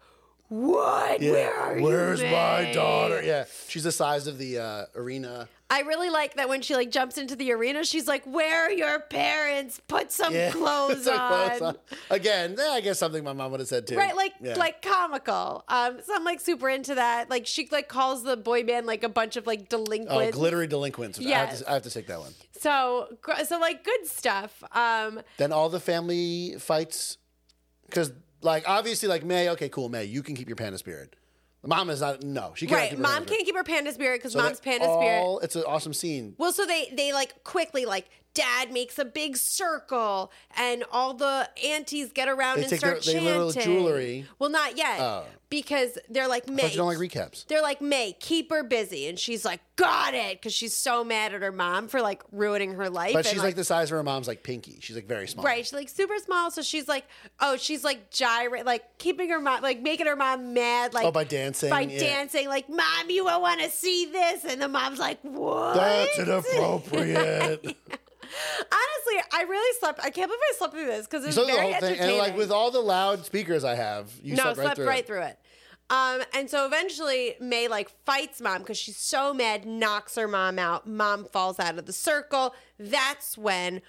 What? Where are you,
Where's my
May?"
daughter? Yeah, she's the size of the uh, arena.
I really like that when she like jumps into the arena, she's like, Where are your parents? Put some <laughs>
Yeah, <laughs>
clothes,
So
on.
close on. Again, eh, I guess something my mom would have said too.
Right, like
Yeah.
like comical. Um, so I'm like super into that. Like she like calls the boy band like a bunch of like
oh,
delinquent
glittery delinquents. I, have
Yes.
to, I have to take that one.
So gr- so like good stuff. Um,
Then all the family fights, because like obviously like May. Okay, cool, May. You can keep your panda spirit. Mom is not. No, she can't.
right,
keep her
mom
panda spirit.
can't keep her panda spirit because
So
mom's
they
panda spirit.
all- It's an awesome scene.
Well, so they they like quickly like dad makes a big circle and all the aunties get around
They
and
take
start
their- they
chanting.
little jewelry.
Well, not yet because they're like May.
But you don't like recaps.
they're like May, keep her busy, and she's like, got it, because she's so mad at her mom for like ruining her life.
But
and,
she's like the size of her mom's like pinky. She's like very small.
Right, she's like super small, so she's like, oh, she's like gyrate, like keeping her mom, like making her mom mad, like
Oh, by dancing.
by
yeah.
dancing, like mom, you will want to see this, and the mom's like, what? <laughs>
That's inappropriate. you
Honestly, I really slept. I can't believe I slept through this because it was
saw the
very
whole thing,
entertaining.
and like with all the loud speakers I have, you
no,
slept right
slept
through.
right
it.
through it. Um, and so eventually, May like fights mom because she's so mad, knocks her mom out. Mom falls out of the circle. That's when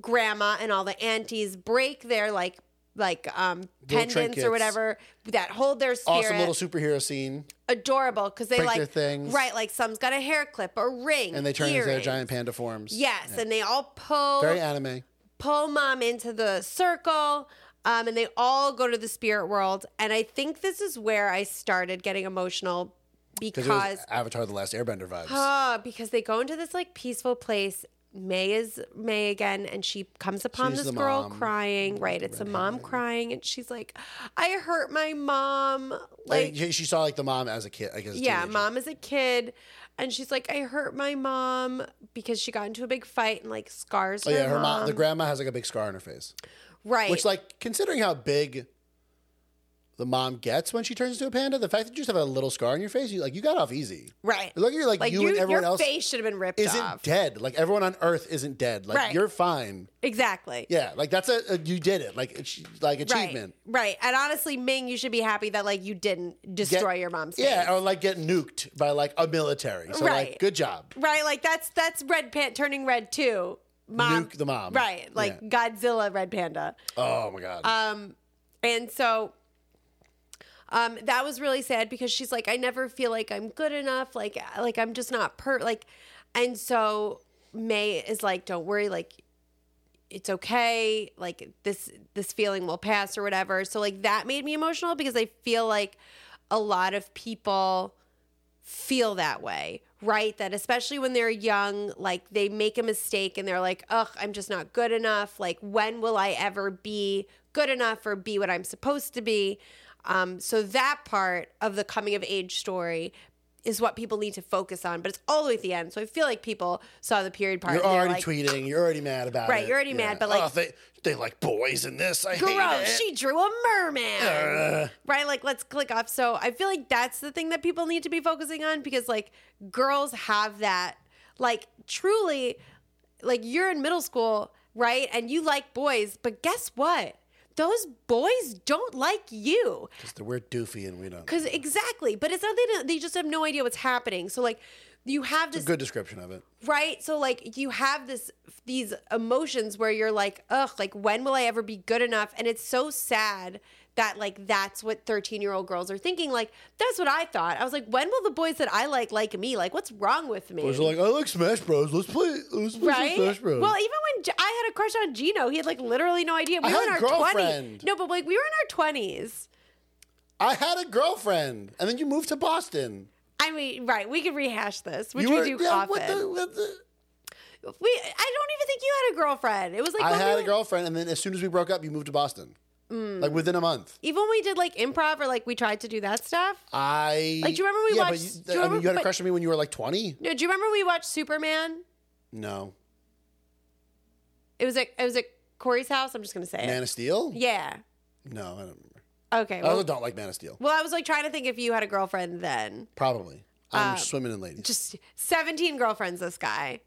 grandma and all the aunties break their like like um pendants
trinkets.
or whatever that hold their spirit.
Awesome little superhero scene,
Adorable because they
break
like
their things.
right like some's got a hair clip, a ring,
and they turn into their
earrings.
giant panda forms.
Yes, and they all pull
very anime.
pull mom into the circle um, and they all go to the spirit world and i think this is where i started getting emotional uh,
Because it
because
was Avatar: The Last Airbender vibes.
Ah, because they go into this like peaceful place May is May again, and she comes upon
She's
this
the
girl
mom.
crying. Right, it's a mom crying, and she's like, "I hurt my mom." Like,
Like, she saw like the mom as a kid. I guess.
yeah, mom is a kid, and she's like, "I hurt my mom because she got into a big fight and like scars."
Oh
her
yeah, her
mom.
mom. The grandma has like a big scar on her face,
right,
which like considering how big the mom gets when she turns into a panda, the fact that you just have a little scar on your face, you like you got off easy.
right.
Look, you're like,
Like
you,
you,
and everyone
your
else
face should have been ripped
isn't
off.
dead. Like everyone on Earth isn't dead. Like
Right.
you're fine.
exactly.
Yeah, like that's a, a you did it. Like it's like achievement.
Right, right. And honestly, Ming, you should be happy that like you didn't
Get-
destroy your mom's.
Yeah,
face.
or like get nuked by like a military. So like
Right.
good job.
right. Like that's that's red pant turning red too. Mom,
Nuke the mom.
Right, like uh,
Yeah.
Godzilla, red panda. Um,
Oh my god.
And so um that was really sad because she's like I never feel like I'm good enough like like I'm just not per like and so May is like don't worry like it's okay like this this feeling will pass or whatever. So like that made me emotional because I feel like a lot of people feel that way, right? That especially when they're young, like they make a mistake and they're like, ugh, I'm just not good enough. Like, when will I ever be good enough or be what I'm supposed to be? Um, so, that part of the coming of age story is what people need to focus on, but it's all the way at the end. So, I feel like people saw the period part.
you're
and they're
already
like,
tweeting. You're already mad about it.
Right, you're already
Yeah.
mad, but, like-
oh, they they like boys in this. I hate it.
Gross, she drew a merman.
Ugh.
right? Like, let's click off. So I feel like that's the thing that people need to be focusing on because, like, girls have that. Like, truly, like, you're in middle school, right? And you like boys, but guess what? Those boys don't like you.
Just- We're doofy and we don't.
Because exactly, but it's not they, don't- they just have no idea what's happening. So, like, you have this
Good description of it.
Right. So like you have this these emotions where you're like, ugh, like when will I ever be good enough? And it's so sad that like that's what 13 year old girls are thinking. Like, that's what I thought. I was like, when will the boys that I like like me? Like, what's wrong with me?
Boys are like, I like Smash Bros. Let's play. Let's play some
right? Well,
Smash Bros.
even when G- I had a crush on Gino, he had like literally no idea. We
I
were
had
in
a
our
girlfriend.
20s. No, but like we were in our 20s.
I had a girlfriend, and then you moved to Boston.
I mean, right, we could rehash this, which
you
we do often.
What the, what the,
we I don't even think you had a girlfriend. It was like
I
when we Hmm.
had a
went-
girlfriend, and then as soon as we broke up, you moved to Boston. Like within a month.
even when we did like improv or like we tried to do that stuff.
I
Like, do you remember we
yeah, but
watched-
you-
do you
I mean,
remember-
you had a
but-
crush on me when you were like twenty.
No, do you remember we watched Superman?
No,
It was at it was at Corey's house. I'm just gonna say
Man
it.
of Steel.
Eh. Yeah.
No, I don't remember.
Okay.
I also
Well,
don't like Man of Steel.
well, I was like trying to think if you had a girlfriend then.
Probably. I'm swimming in ladies.
Um, Just 17 girlfriends. This guy.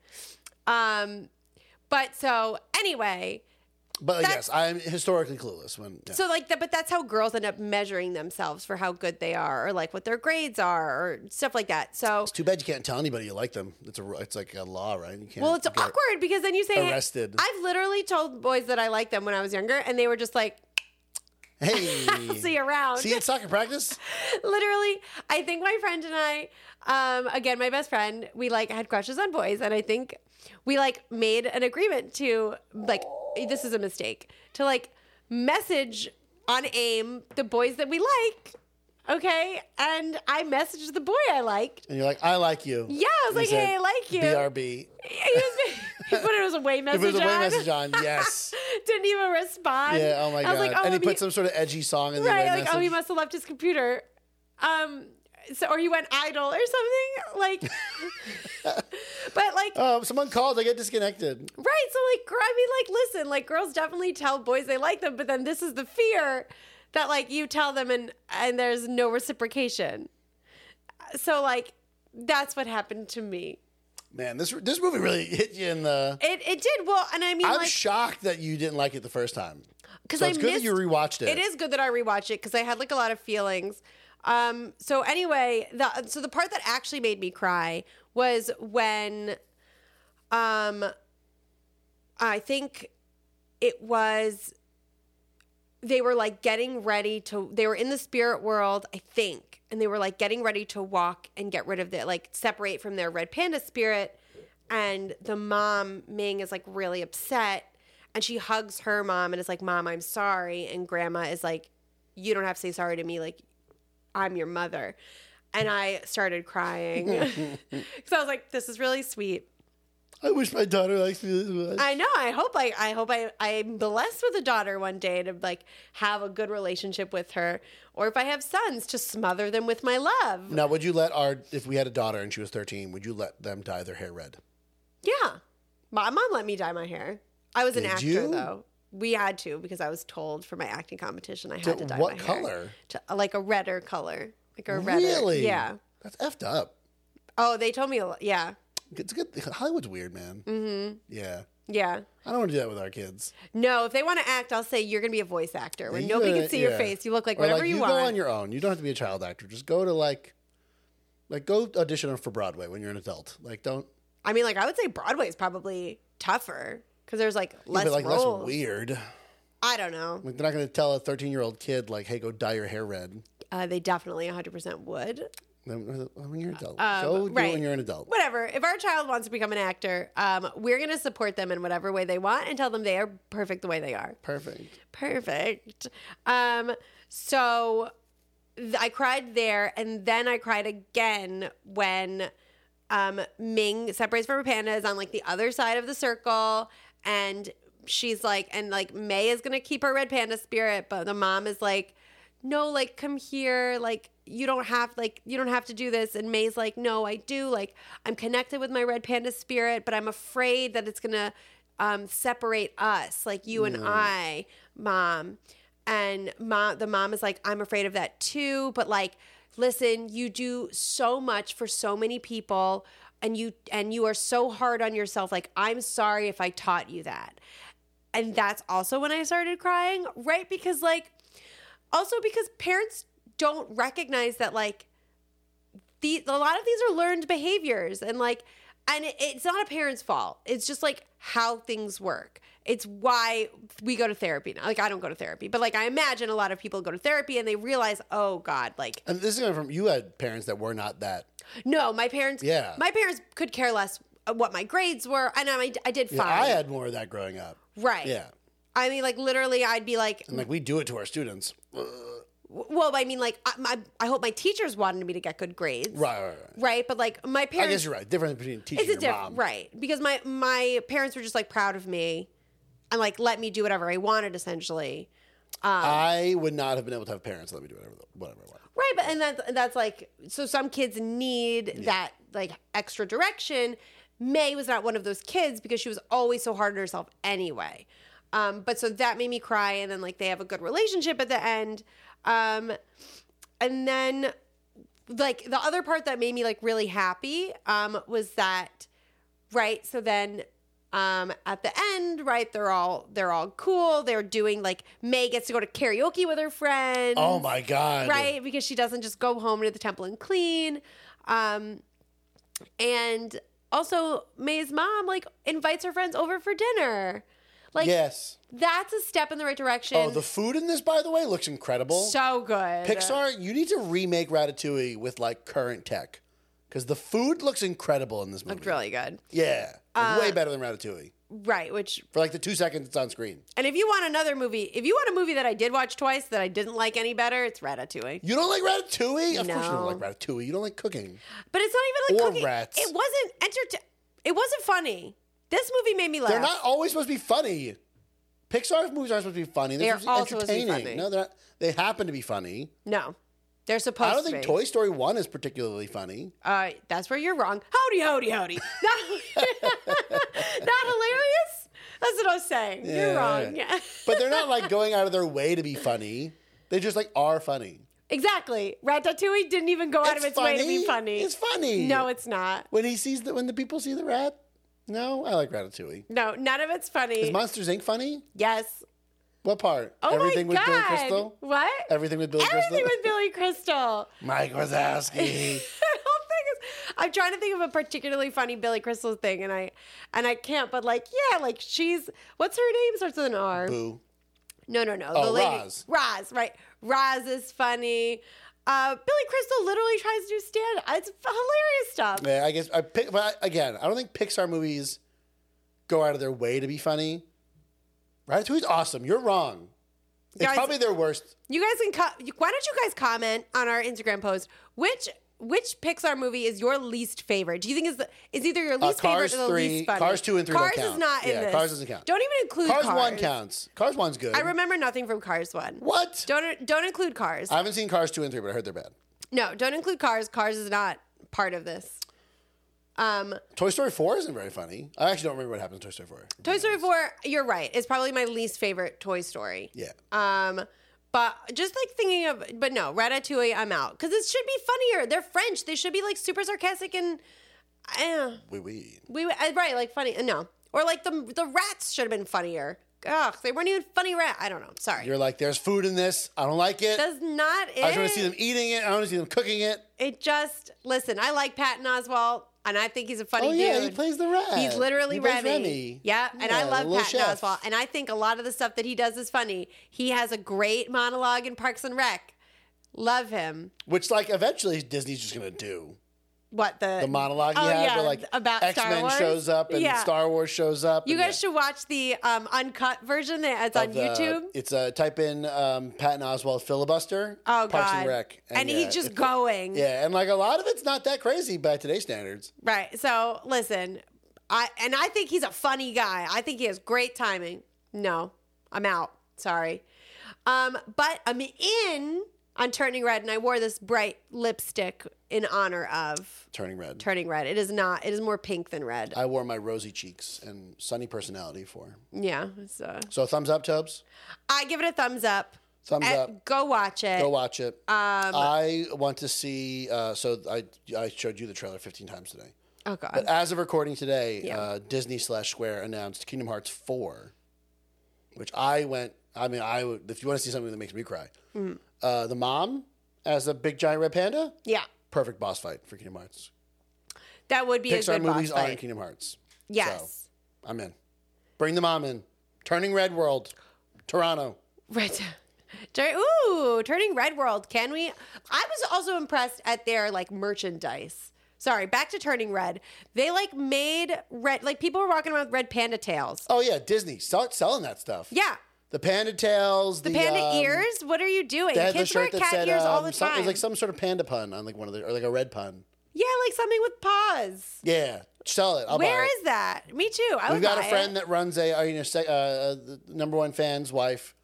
Um, but so anyway,
But like,
that's-
yes, I'm historically clueless. When yeah.
so like that. But that's how girls end up measuring themselves for how good they are, or like what their grades are, or stuff like that. So.
it's too bad you can't tell anybody you like them. It's a it's like a law, right? You can't.
Well, it's
you can't-
awkward because then you say
arrested.
I've literally told boys that I like them when I was younger, and they were just like,
Hey,
<laughs> "See you around."
see you at soccer practice.
<laughs> literally i think my friend and i um again my best friend we like had crushes on boys and i think we like made an agreement to like this is a mistake to like message on aim the boys that we like okay and i messaged the boy i liked
And you're like, I like you.
yeah i was
And
like
he
hey i
said,
like you
BRB.
<laughs> he, was, he put it as a way
If it
message
was a way
on.
message on, yes.
<laughs> didn't even respond
Yeah, oh my
i
God.
was like oh
and he
maybe-
put some sort of edgy song in the
right
away
like
message.
oh he must have left his computer um so or he went idle or something <laughs> like but like <laughs>
Oh, someone called. I get disconnected.
right so like gr- i mean like listen like girls definitely tell boys they like them but then this is the fear that like you tell them and and there's no reciprocation so like that's what happened to me
Man, this this movie really hit you in the.
it it did well and i mean
I'm
like
shocked that you didn't like it the first time.
because
So
i
it's good that
missed
you rewatched it.
It is good that I rewatched it because I had like a lot of feelings. Um, so anyway, the so the part that actually made me cry was when, um, I think it was they were like getting ready to they were in the spirit world i think and they were like getting ready to walk and get rid of their like separate from their red panda spirit and the mom ming is like really upset and she hugs her mom and is like mom i'm sorry and grandma is like you don't have to say sorry to me like i'm your mother <laughs> and i started crying because i was like this is really sweet
I wish my daughter likes me this much.
I know. I hope I I hope I I'm blessed with a daughter one day to like have a good relationship with her, or if I have sons, to smother them with my love.
now, would you let our if we had a daughter and she was thirteen, would you let them dye their hair red?
Yeah, my mom let me dye my hair. I was an
Did
actor
you?
though. We had to because I was told for my acting competition I had to, dye
what
my hair
color?
to like a redder color, like a redder.
Really?
Yeah.
That's effed up.
Oh, they told me. a lo- Yeah.
It's good. Hollywood's weird, man. Mm-hmm. Yeah,
Yeah.
I don't want to do that with our kids.
No, if they want to act, I'll say you're going to be a voice actor where
You
nobody
gotta-
can see
yeah.
your face. You look like
Or,
whatever you,
you
want.
go on your own. You don't have to be a child actor. Just go to like, like go audition for Broadway when you're an adult. Like, don't
I mean, like I would say Broadway is probably tougher because there's like
yeah,
less
but, like
roles.
that's weird.
I don't know.
Like they're not going to tell a 13 year old kid like, "Hey, go dye your hair red."
Uh, they definitely 100% would.
Then- When you're an adult, go do it
Uh, right.
when you're an adult.
Whatever. If our child wants to become an actor, um, we're going to support them in whatever way they want and tell them they are perfect the way they are.
Perfect.
Perfect. Um, so th- I cried there, and then I cried again when um, Ming separates from her panda is on like the other side of the circle, and she's like, and like May is gonna keep her red panda spirit, but the mom is like, no, like come here, like you don't have like you don't have to do this, and May's like, no, I do, like I'm connected with my red panda spirit, but I'm afraid that it's gonna um, separate us, like you and I, mom and mom the mom is like i'm afraid of that too but like listen you do so much for so many people and you and you are so hard on yourself like i'm sorry if i taught you that and that's also when i started crying right because like also because parents don't recognize that like the a lot of these are learned behaviors and like and it, it's not a parent's fault it's just like how things work it's why we go to therapy now like i don't go to therapy but like i imagine a lot of people go to therapy and they realize oh god like
And this is coming from you had parents that were not that.
no my parents
Yeah.
my parents could care less what my grades were and i, I did fine
Yeah, I had more of that growing up.
right
Yeah.
i mean like literally i'd be like
And like we do it to our students. Right,
well i mean like I, my, I hope my teachers wanted me to get good grades
right, right. right.
right but like my
I
parents
guess you're right. Difference between teaching
it's a
your
diff-
mom.
right because my my parents were just like proud of me and like let me do whatever i wanted essentially
I would not have been able to have parents let me do whatever whatever I want.
right but and that's that's like so some kids need that like extra direction may was not one of those kids because she was always so hard on herself anyway um but so that made me cry and then like they have a good relationship at the end um and then like the other part that made me like really happy um was that right so then um at the end right they're all they're all cool they're doing like may gets to go to karaoke with her friends
Oh my god.
right because she doesn't just go home to the temple and clean um and also may's mom like invites her friends over for dinner like
yes.
that's a step in the right direction
Oh, the food in this, by the way, looks incredible.
so good
Pixar, you need to remake Ratatouille with like current tech, because the food looks incredible in this movie.
it's really good
Yeah,
Uh,
way better than Ratatouille
right which
for like the two seconds it's on screen.
and if you want another movie if you want a movie that i did watch twice that i didn't like any better it's ratatouille
You don't like Ratatouille? Of course you
No.
don't like Ratatouille. You don't like cooking.
but it's not even like
Or
cooking.
rats.
it wasn't entertain it wasn't funny this movie made me laugh
They're not always supposed to be funny. Pixar movies aren't supposed to be funny. They're,
They're all
supposed to
supposed
be
to be
entertaining.
funny.
No, they're not. They happen to be funny.
no they're supposed
I don't
to
think
be.
Toy Story One is particularly funny.
Uh, that's where you're wrong. Howdy, howdy, howdy. Not, <laughs> not hilarious? That's what I was saying. you're
Yeah,
wrong. <laughs>
right.
Yeah.
But they're not like going out of their way to be funny. They just like are funny.
exactly. Ratatouille didn't even go out of its way to be funny.
It's funny.
No, it's not.
when he sees the when the people see the rat. No, I like Ratatouille.
No, none of it's funny.
Is Monsters Inc. funny?
yes.
What part?
Oh
Everything
my
with
God.
Billy Crystal.
What?
Everything with Billy
Everything
Crystal.
with Billy Crystal. <laughs>
Mike Wazowski.
The whole thing is- I'm trying to think of a particularly funny Billy Crystal thing, and I and I can't. But like, yeah, like she's what's her name starts with an R.
Boo.
No, no, no.
Oh,
the lady,
Roz.
Roz, right? Roz is funny. Uh, Billy Crystal literally tries to do stand. It's hilarious stuff.
Yeah, I guess I pick, but I- again, I don't think Pixar movies go out of their way to be funny. Ratatouille's awesome. You're wrong. It's
Guys-
probably their worst.
You guys can. Co- why don't you guys comment on our Instagram post? Which which Pixar movie is your least favorite? Do you think is the, is either your
Uh,
least
Cars
favorite or the
three,
least funny?
Cars two and three don't
Cars is
count.
not in
Yeah,
this.
Cars doesn't count.
Don't even include
Cars,
Cars.
one counts. Cars one's good.
I remember nothing from Cars one.
what?
Don't don't include Cars.
I haven't seen Cars two and three, but I heard they're bad.
no, don't include Cars. Cars is not part of this. Um,
Toy Story four isn't very funny. I actually don't remember what happened in Toy Story four.
Toy Story four. You're right. It's probably my least favorite Toy Story.
Yeah.
Um, but just like thinking of, but no, Ratatouille, I'm out because it should be funnier. They're French. They should be like super sarcastic and, eh,
We we.
we uh, right like funny. No, or like the the rats should have been funnier. Ugh, they weren't even funny rat. I don't know. Sorry,
You're like, there's food in this. I don't like it.
that's not it.
I just want to see them eating it. I want to see them cooking it.
It just listen. I like Patton Oswalt, and I think he's a funny
Oh yeah,
dude.
he plays the rat.
He's literally
He plays
Remy. Yeah, and I
the
love
little
Patton
chef.
Oswalt, and I think a lot of the stuff that he does is funny. He has a great monologue in Parks and Rec. Love him.
Which, like, eventually Disney's just gonna do
What the
the monologue he
Oh,
had,
yeah,
where like
about Star
X Men
Wars?
shows up and
Yeah.
Star Wars shows up.
You
and
guys
the-
should watch the um, uncut version that it's on
of uh, the-
YouTube.
It's a type in um, Patton Oswald filibuster.
Oh
Parks
God!
and Rec,
and
yeah,
he's just
it's-
going.
yeah, and like a lot of it's not that crazy by today's standards.
Right. So listen, I and I think he's a funny guy. I think he has great timing. No, I'm out. Sorry. Um, but I'm in on turning red, and I wore this bright lipstick in honor of
Turning red.
turning red. It is not. It is more pink than red.
I wore my rosy cheeks and sunny personality for.
yeah. So
So thumbs up, Tubbs.
I give it a thumbs up.
Thumbs
Eh, um,
up.
Go watch it.
Go watch it. I want to see. Uh, so I I showed you the trailer 15 times today.
oh God.
But uh, as of recording today,
Yeah.
uh, Disney slash Square announced Kingdom Hearts 4, which I went. I mean, I would, if you want to see something that makes me cry,
Hmm.
uh, the mom as a big giant red panda,
yeah.
perfect boss fight for Kingdom Hearts.
That would be a
Pixar
good boss
movies are in
fight.
Kingdom Hearts.
Yes.
I'm in. Bring the mom in. Turning Red World, Toronto.
Right. <laughs> Turn- Ooh, turning red world. Can we? I was also impressed at their like merchandise. Sorry, back to turning red. They like made red, like people were walking around with red panda tails.
Oh yeah, Disney start selling that stuff.
Yeah,
the panda tails, the,
panda
um,
ears. What are you doing?
They had
Kids
the
wear
shirt that
cat
said
ears all
um,
the
some- it
time.
was like some sort of panda pun on like one of the or like a red pun.
yeah, like something with paws.
Yeah, sell it. I'll
Where
buy it.
is that? Me too. I would
We've got a
buy
friend
It.
that runs a, uh, you know, sec- uh, uh, the number one fan's wife,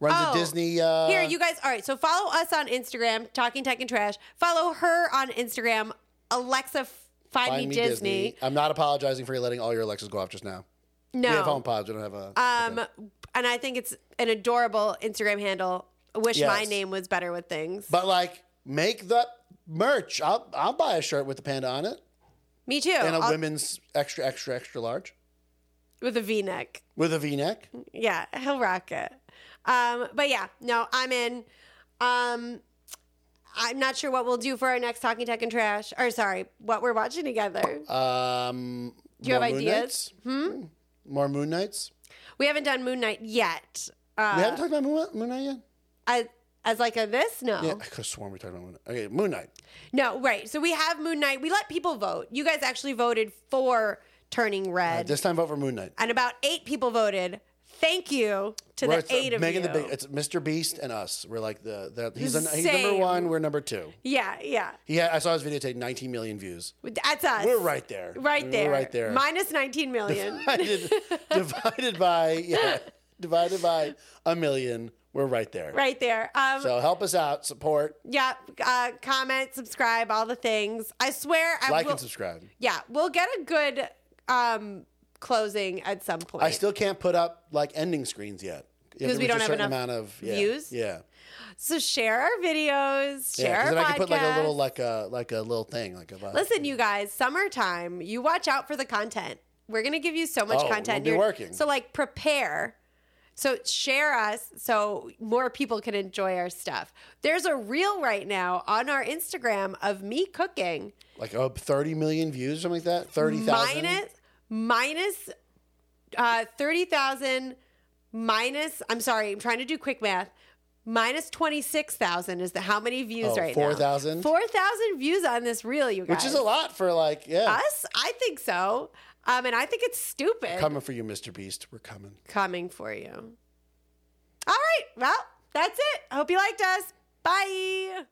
runs
Oh.
a Disney. Uh,
Here, you guys. All right, so follow us on Instagram, Talking Tech and Trash. Follow her on Instagram, Alexa. Find,
find
me,
me
Disney.
I'm not apologizing for you letting all your Alexas go off just now.
No,
We have home pods. We don't have a.
Um, and I think it's an adorable Instagram handle. I Wish my
Yes.
name was better with things.
but like, make the merch. I'll I'll buy a shirt with the panda on it
Me too.
and a
Oh, I'll-
women's extra extra extra large
with a V neck.
with a V-neck.
Yeah, he'll rock it. Um, but yeah, no, I'm in. Um, I'm not sure what we'll do for our next Talking Tech and Trash. Or sorry, what we're watching together.
Um,
Do you have
more Moon
ideas? Hmm?
Knights? More Moon Knights.
We haven't done Moon Knight yet.
we
Uh,
haven't talked about Moon, Moon Knight yet.
as, as like a this, no.
Yeah, I could have sworn we talked about Moon Knight. Okay, Moon Knight.
No, right. So we have Moon Knight. We let people vote. You guys actually voted for Turning Red.
Uh, This time, vote for Moon Knight.
and about eight people voted. Thank you to
We're-
the
it's
eight of
Megan
you.
the Big. It's Mr. Beast and us. We're like the, the he's, the, he's number
Same.
one. We're number two.
yeah, yeah,
He had, I saw his videotape, 19 million views.
that's us.
We're right there.
right
We're
there,
right there.
Minus 19 million.
<laughs> divided, divided
<laughs>
by yeah, divided by a million. We're right there.
right there. Um,
So help us out. Support,
yeah, uh, comment, subscribe, all the things. I swear, I
like,
will.
and subscribe.
yeah, we'll get a good um, closing at some point.
I still can't put up like ending screens yet because
we don't have enough
amount of yeah,
views?
Yeah,
so share our videos, share
yeah.
our
Because then I can put like a
podcast.
little like a like a little thing like a
Listen, you guys, summertime, you watch out for the content. We're going to give you so much
Oh, we'll
content.
be
You're-
working.
So, like, prepare. So, share us so more people can enjoy our stuff. There's a reel right now on our Instagram of me cooking
like oh, 30 million views or something like that. Thirty thousand.
minus, minus uh, 30,000, minus, I'm sorry, I'm trying to do quick math. Minus 26,000 is the, how many views
Oh,
right now?
4,000?
4,000 views on this reel, you guys.
which is a lot for like yeah.
<laughs> us? I think so. Um, and I think it's stupid
Coming for you, Mr. Beast. We're coming.
coming for you. All right. Well, that's it. Hope you liked us. Bye.